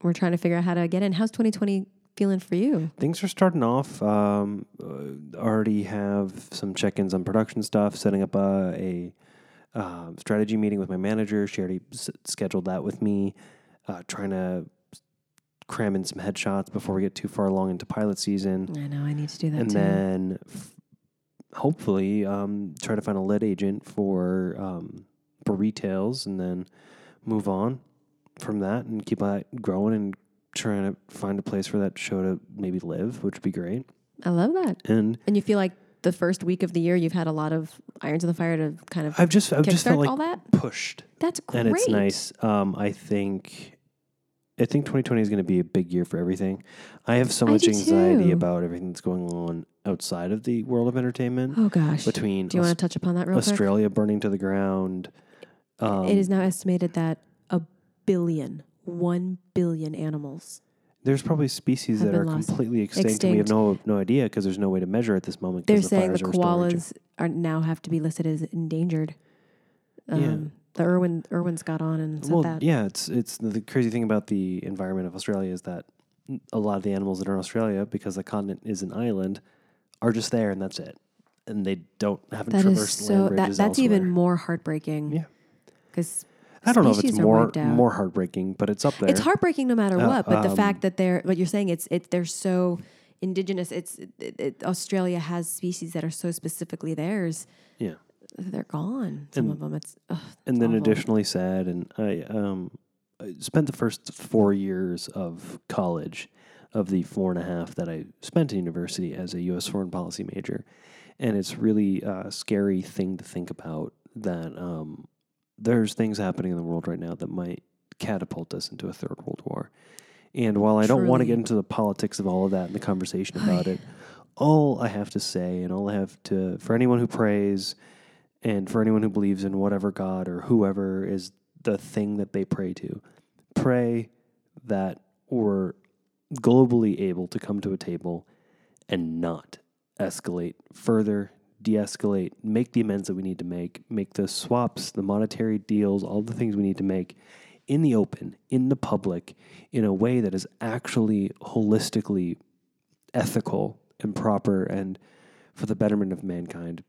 Speaker 1: we're trying to figure out how to get in. How's 2020 feeling for you?
Speaker 2: Things are starting off. Um, uh, already have some check-ins on production stuff. Setting up uh, a um strategy meeting with my manager. She already s- scheduled that with me. Uh, trying to cram in some headshots before we get too far along into pilot season,
Speaker 1: I know I need to do that
Speaker 2: and
Speaker 1: too.
Speaker 2: then f- hopefully um, try to find a lead agent for um, for retails, and then move on from that and keep that growing and trying to find a place for that show to maybe live, which would be great.
Speaker 1: I love that.
Speaker 2: And
Speaker 1: And you feel like the first week of the year you've had a lot of irons in the fire to kind of
Speaker 2: I've just I've just
Speaker 1: kickstart
Speaker 2: felt like
Speaker 1: all that.
Speaker 2: pushed,
Speaker 1: That's great.
Speaker 2: and it's nice. Um, I think. I think 2020 is going to be a big year for everything. I have so
Speaker 1: I
Speaker 2: much
Speaker 1: do
Speaker 2: anxiety
Speaker 1: too.
Speaker 2: about everything that's going on outside of the world of entertainment
Speaker 1: Oh gosh.
Speaker 2: between
Speaker 1: do you
Speaker 2: Aus-
Speaker 1: want to touch upon that real quick?
Speaker 2: Australia burning to the ground. Um,
Speaker 1: it is now estimated that a billion, one billion animals.
Speaker 2: There's probably species
Speaker 1: have
Speaker 2: that
Speaker 1: been
Speaker 2: are
Speaker 1: lost.
Speaker 2: completely extinct, and we have no no idea because there's no way to measure at this moment. 'cause
Speaker 1: They're
Speaker 2: the
Speaker 1: saying the
Speaker 2: fires are still raging.
Speaker 1: koalas are now have to be listed as endangered. Um,
Speaker 2: Yeah.
Speaker 1: The Irwin Irwin's got on and said
Speaker 2: Well,
Speaker 1: that.
Speaker 2: yeah, it's it's the crazy thing about the environment of Australia is that a lot of the animals that are in Australia, because the continent is an island, are just there and that's it, and they don't haven't
Speaker 1: That is
Speaker 2: traversed land
Speaker 1: so. That,
Speaker 2: bridges
Speaker 1: that's even
Speaker 2: elsewhere.
Speaker 1: more heartbreaking.
Speaker 2: Yeah.
Speaker 1: Because
Speaker 2: I don't know if it's
Speaker 1: species are
Speaker 2: more
Speaker 1: wiped out.
Speaker 2: more heartbreaking, but it's up there.
Speaker 1: it's heartbreaking no matter
Speaker 2: Uh,
Speaker 1: what. But the
Speaker 2: um,
Speaker 1: fact that they're what you're saying, it's it they're so indigenous. It's it, it, Australia has species that are so specifically theirs.
Speaker 2: Yeah.
Speaker 1: They're gone. Some
Speaker 2: And-
Speaker 1: of them. It's ugh,
Speaker 2: and then
Speaker 1: awful.
Speaker 2: additionally sad and i um I spent the first four years of college of the four and a half that i spent in university as a u.s foreign policy major and it's really a scary thing to think about that um there's things happening in the world right now that might catapult us into a third world war and while i don't want to
Speaker 1: Truly.
Speaker 2: get into the politics of all of that and the conversation
Speaker 1: Oh,
Speaker 2: about
Speaker 1: yeah.
Speaker 2: it all i have to say and all i have to for anyone who prays and for anyone who believes in whatever God or whoever is the thing that they pray to, pray that we're globally able to come to a table and not escalate further, de escalate, make the amends that we need to make, make the swaps, the monetary deals, all the things we need to make in the open, in the public, in a way that is actually holistically ethical and proper and for the betterment of mankind,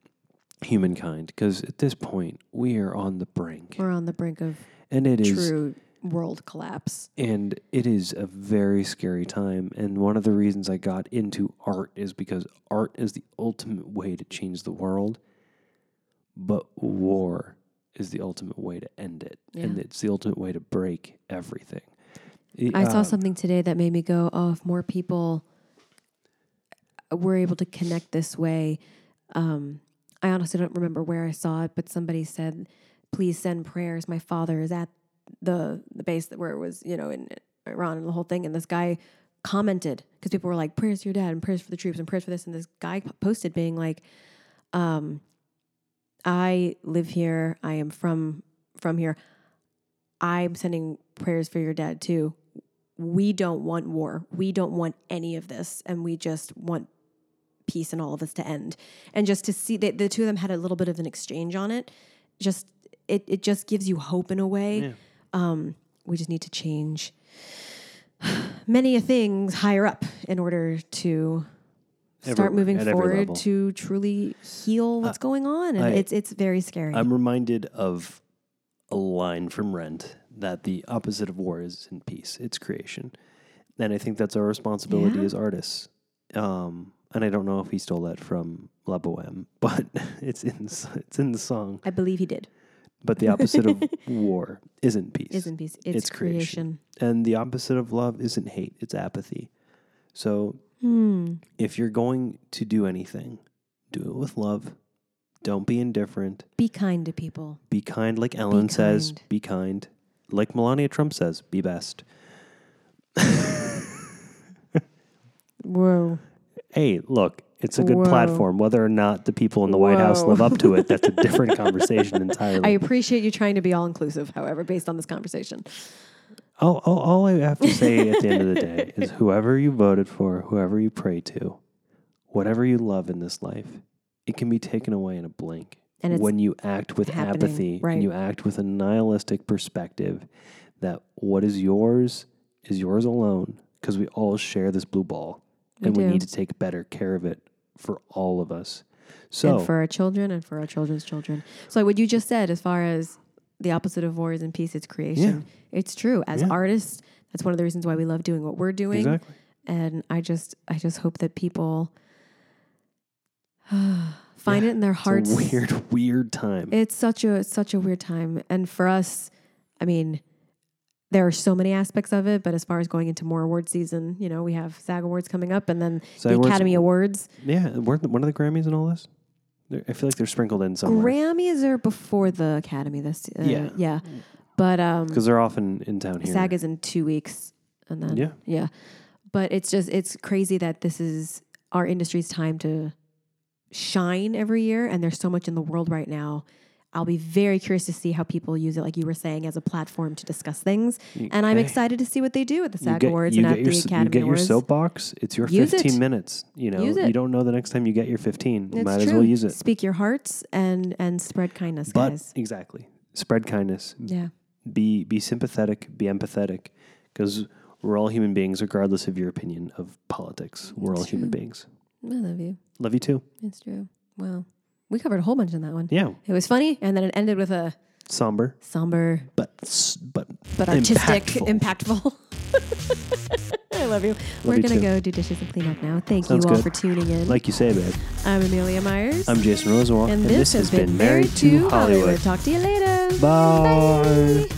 Speaker 2: humankind. Because at this point, we are on the brink,
Speaker 1: We're on the brink of
Speaker 2: and it is
Speaker 1: true world collapse.
Speaker 2: and it is a very scary time. And one of the reasons I got into art is because art is the ultimate way to change the world, but war is the ultimate way to end it, and
Speaker 1: Yeah.
Speaker 2: it's the ultimate way to break everything. It-
Speaker 1: I saw
Speaker 2: uh,
Speaker 1: something today that made me go, oh, if more people were able to connect this way, um, I honestly don't remember where I saw it, but somebody said, please send prayers. My father is at the the base that where it was, you know, in Iran and the whole thing. And this guy commented because people were like, prayers for your dad and prayers for the troops and prayers for this. And this guy p- posted being like, um, I live here. I am from from here. I'm sending prayers for your dad too. We don't want war. We don't want any of this, and we just want peace and all of this to end. And just to see that the two of them had a little bit of an exchange on it, just it it just gives you hope in a way.
Speaker 2: Yeah.
Speaker 1: Um, we just need to change many a things higher up in order to start
Speaker 2: Everywhere,
Speaker 1: moving
Speaker 2: at every
Speaker 1: forward
Speaker 2: level.
Speaker 1: to truly heal what's going on. And
Speaker 2: I-
Speaker 1: it's it's very scary.
Speaker 2: I'm reminded of a line from Rent that the opposite of war is in peace, it's creation. And I think that's our responsibility
Speaker 1: Yeah.
Speaker 2: as artists. Um, and I don't know if he stole that from La Boheme, but it's in it's in the song.
Speaker 1: I believe he did.
Speaker 2: But the opposite of war isn't peace.
Speaker 1: Isn't peace. It's,
Speaker 2: It's
Speaker 1: creation.
Speaker 2: creation. And the opposite of love isn't hate, it's apathy. So
Speaker 1: Hmm.
Speaker 2: if you're going to do anything, do it with love. Don't be indifferent.
Speaker 1: Be kind to people.
Speaker 2: Be kind, like Ellen says,
Speaker 1: kind.
Speaker 2: be kind. Like Melania Trump says, be best.
Speaker 1: Whoa.
Speaker 2: Hey, look, it's a good
Speaker 1: Whoa.
Speaker 2: platform. Whether or not the people in the White House
Speaker 1: Whoa.
Speaker 2: live up to it, that's a different conversation entirely.
Speaker 1: I appreciate you trying to be all inclusive, however, based on this conversation.
Speaker 2: All, all, all I have to say at the end of the day is whoever you voted for, whoever you pray to, whatever you love in this life, it can be taken away in a blink.
Speaker 1: And it's
Speaker 2: when you act with
Speaker 1: happening,
Speaker 2: apathy
Speaker 1: right.
Speaker 2: and you act with a nihilistic perspective that what is yours is yours alone because we all share this blue ball and we
Speaker 1: do.
Speaker 2: need to take better care of it for all of us. So
Speaker 1: and for our children and for our children's children. So what you just said, as far as the opposite of war is in peace, it's creation. It's true. As artists, that's one of the reasons why we love doing what we're doing.
Speaker 2: Exactly.
Speaker 1: And I just, I just hope that people find it in their hearts.
Speaker 2: it's a weird, weird time.
Speaker 1: It's such a such a weird time, and for us, I mean, there are so many aspects of it. But as far as going into more award season, you know, we have SAG Awards coming up, and then
Speaker 2: SAG
Speaker 1: the
Speaker 2: Awards-
Speaker 1: Academy Awards.
Speaker 2: yeah, weren't the, one of the Grammys and all this? They're- I feel like they're sprinkled in somewhere.
Speaker 1: Grammys are before the Academy. This uh,
Speaker 2: Yeah.
Speaker 1: yeah, but um,
Speaker 2: because they're often in town here.
Speaker 1: SAG is in two weeks, and then
Speaker 2: Yeah.
Speaker 1: But it's just it's crazy that this is our industry's time to shine every year, and there's so much in the world right now. I'll be very curious to see how people use it, like you were saying, as a platform to discuss things. And I'm
Speaker 2: hey.
Speaker 1: excited to see what they do at the
Speaker 2: You
Speaker 1: SAG
Speaker 2: get-
Speaker 1: Awards
Speaker 2: you
Speaker 1: and
Speaker 2: get
Speaker 1: at
Speaker 2: your,
Speaker 1: the
Speaker 2: s-
Speaker 1: Academy
Speaker 2: You get
Speaker 1: Awards.
Speaker 2: your soapbox. It's your
Speaker 1: Use it.
Speaker 2: 15 minutes. You know,
Speaker 1: Use it.
Speaker 2: you don't know the next time you get your 15.
Speaker 1: It's
Speaker 2: Might
Speaker 1: true.
Speaker 2: as well use it.
Speaker 1: Speak your hearts and and spread kindness,
Speaker 2: But
Speaker 1: guys.
Speaker 2: exactly, spread kindness.
Speaker 1: Yeah,
Speaker 2: Be be sympathetic. Be empathetic, because we're all human beings, regardless of your opinion of politics. We're all human beings.
Speaker 1: I love you.
Speaker 2: Love you too.
Speaker 1: It's true. Wow, we covered a whole bunch in that one.
Speaker 2: Yeah,
Speaker 1: It was funny, and then it ended with a
Speaker 2: somber,
Speaker 1: somber
Speaker 2: but s- but
Speaker 1: but artistic,
Speaker 2: impactful.
Speaker 1: impactful. I love you. We're
Speaker 2: you
Speaker 1: gonna
Speaker 2: too.
Speaker 1: go do dishes and clean up now. Thank
Speaker 2: Sounds
Speaker 1: you all
Speaker 2: good.
Speaker 1: for tuning in.
Speaker 2: Like you say, babe.
Speaker 1: I'm Amelia Myers,
Speaker 2: I'm Jason Rosenwald,
Speaker 1: and this has been Married to Hollywood. Talk to you later.
Speaker 2: Bye.
Speaker 1: Bye.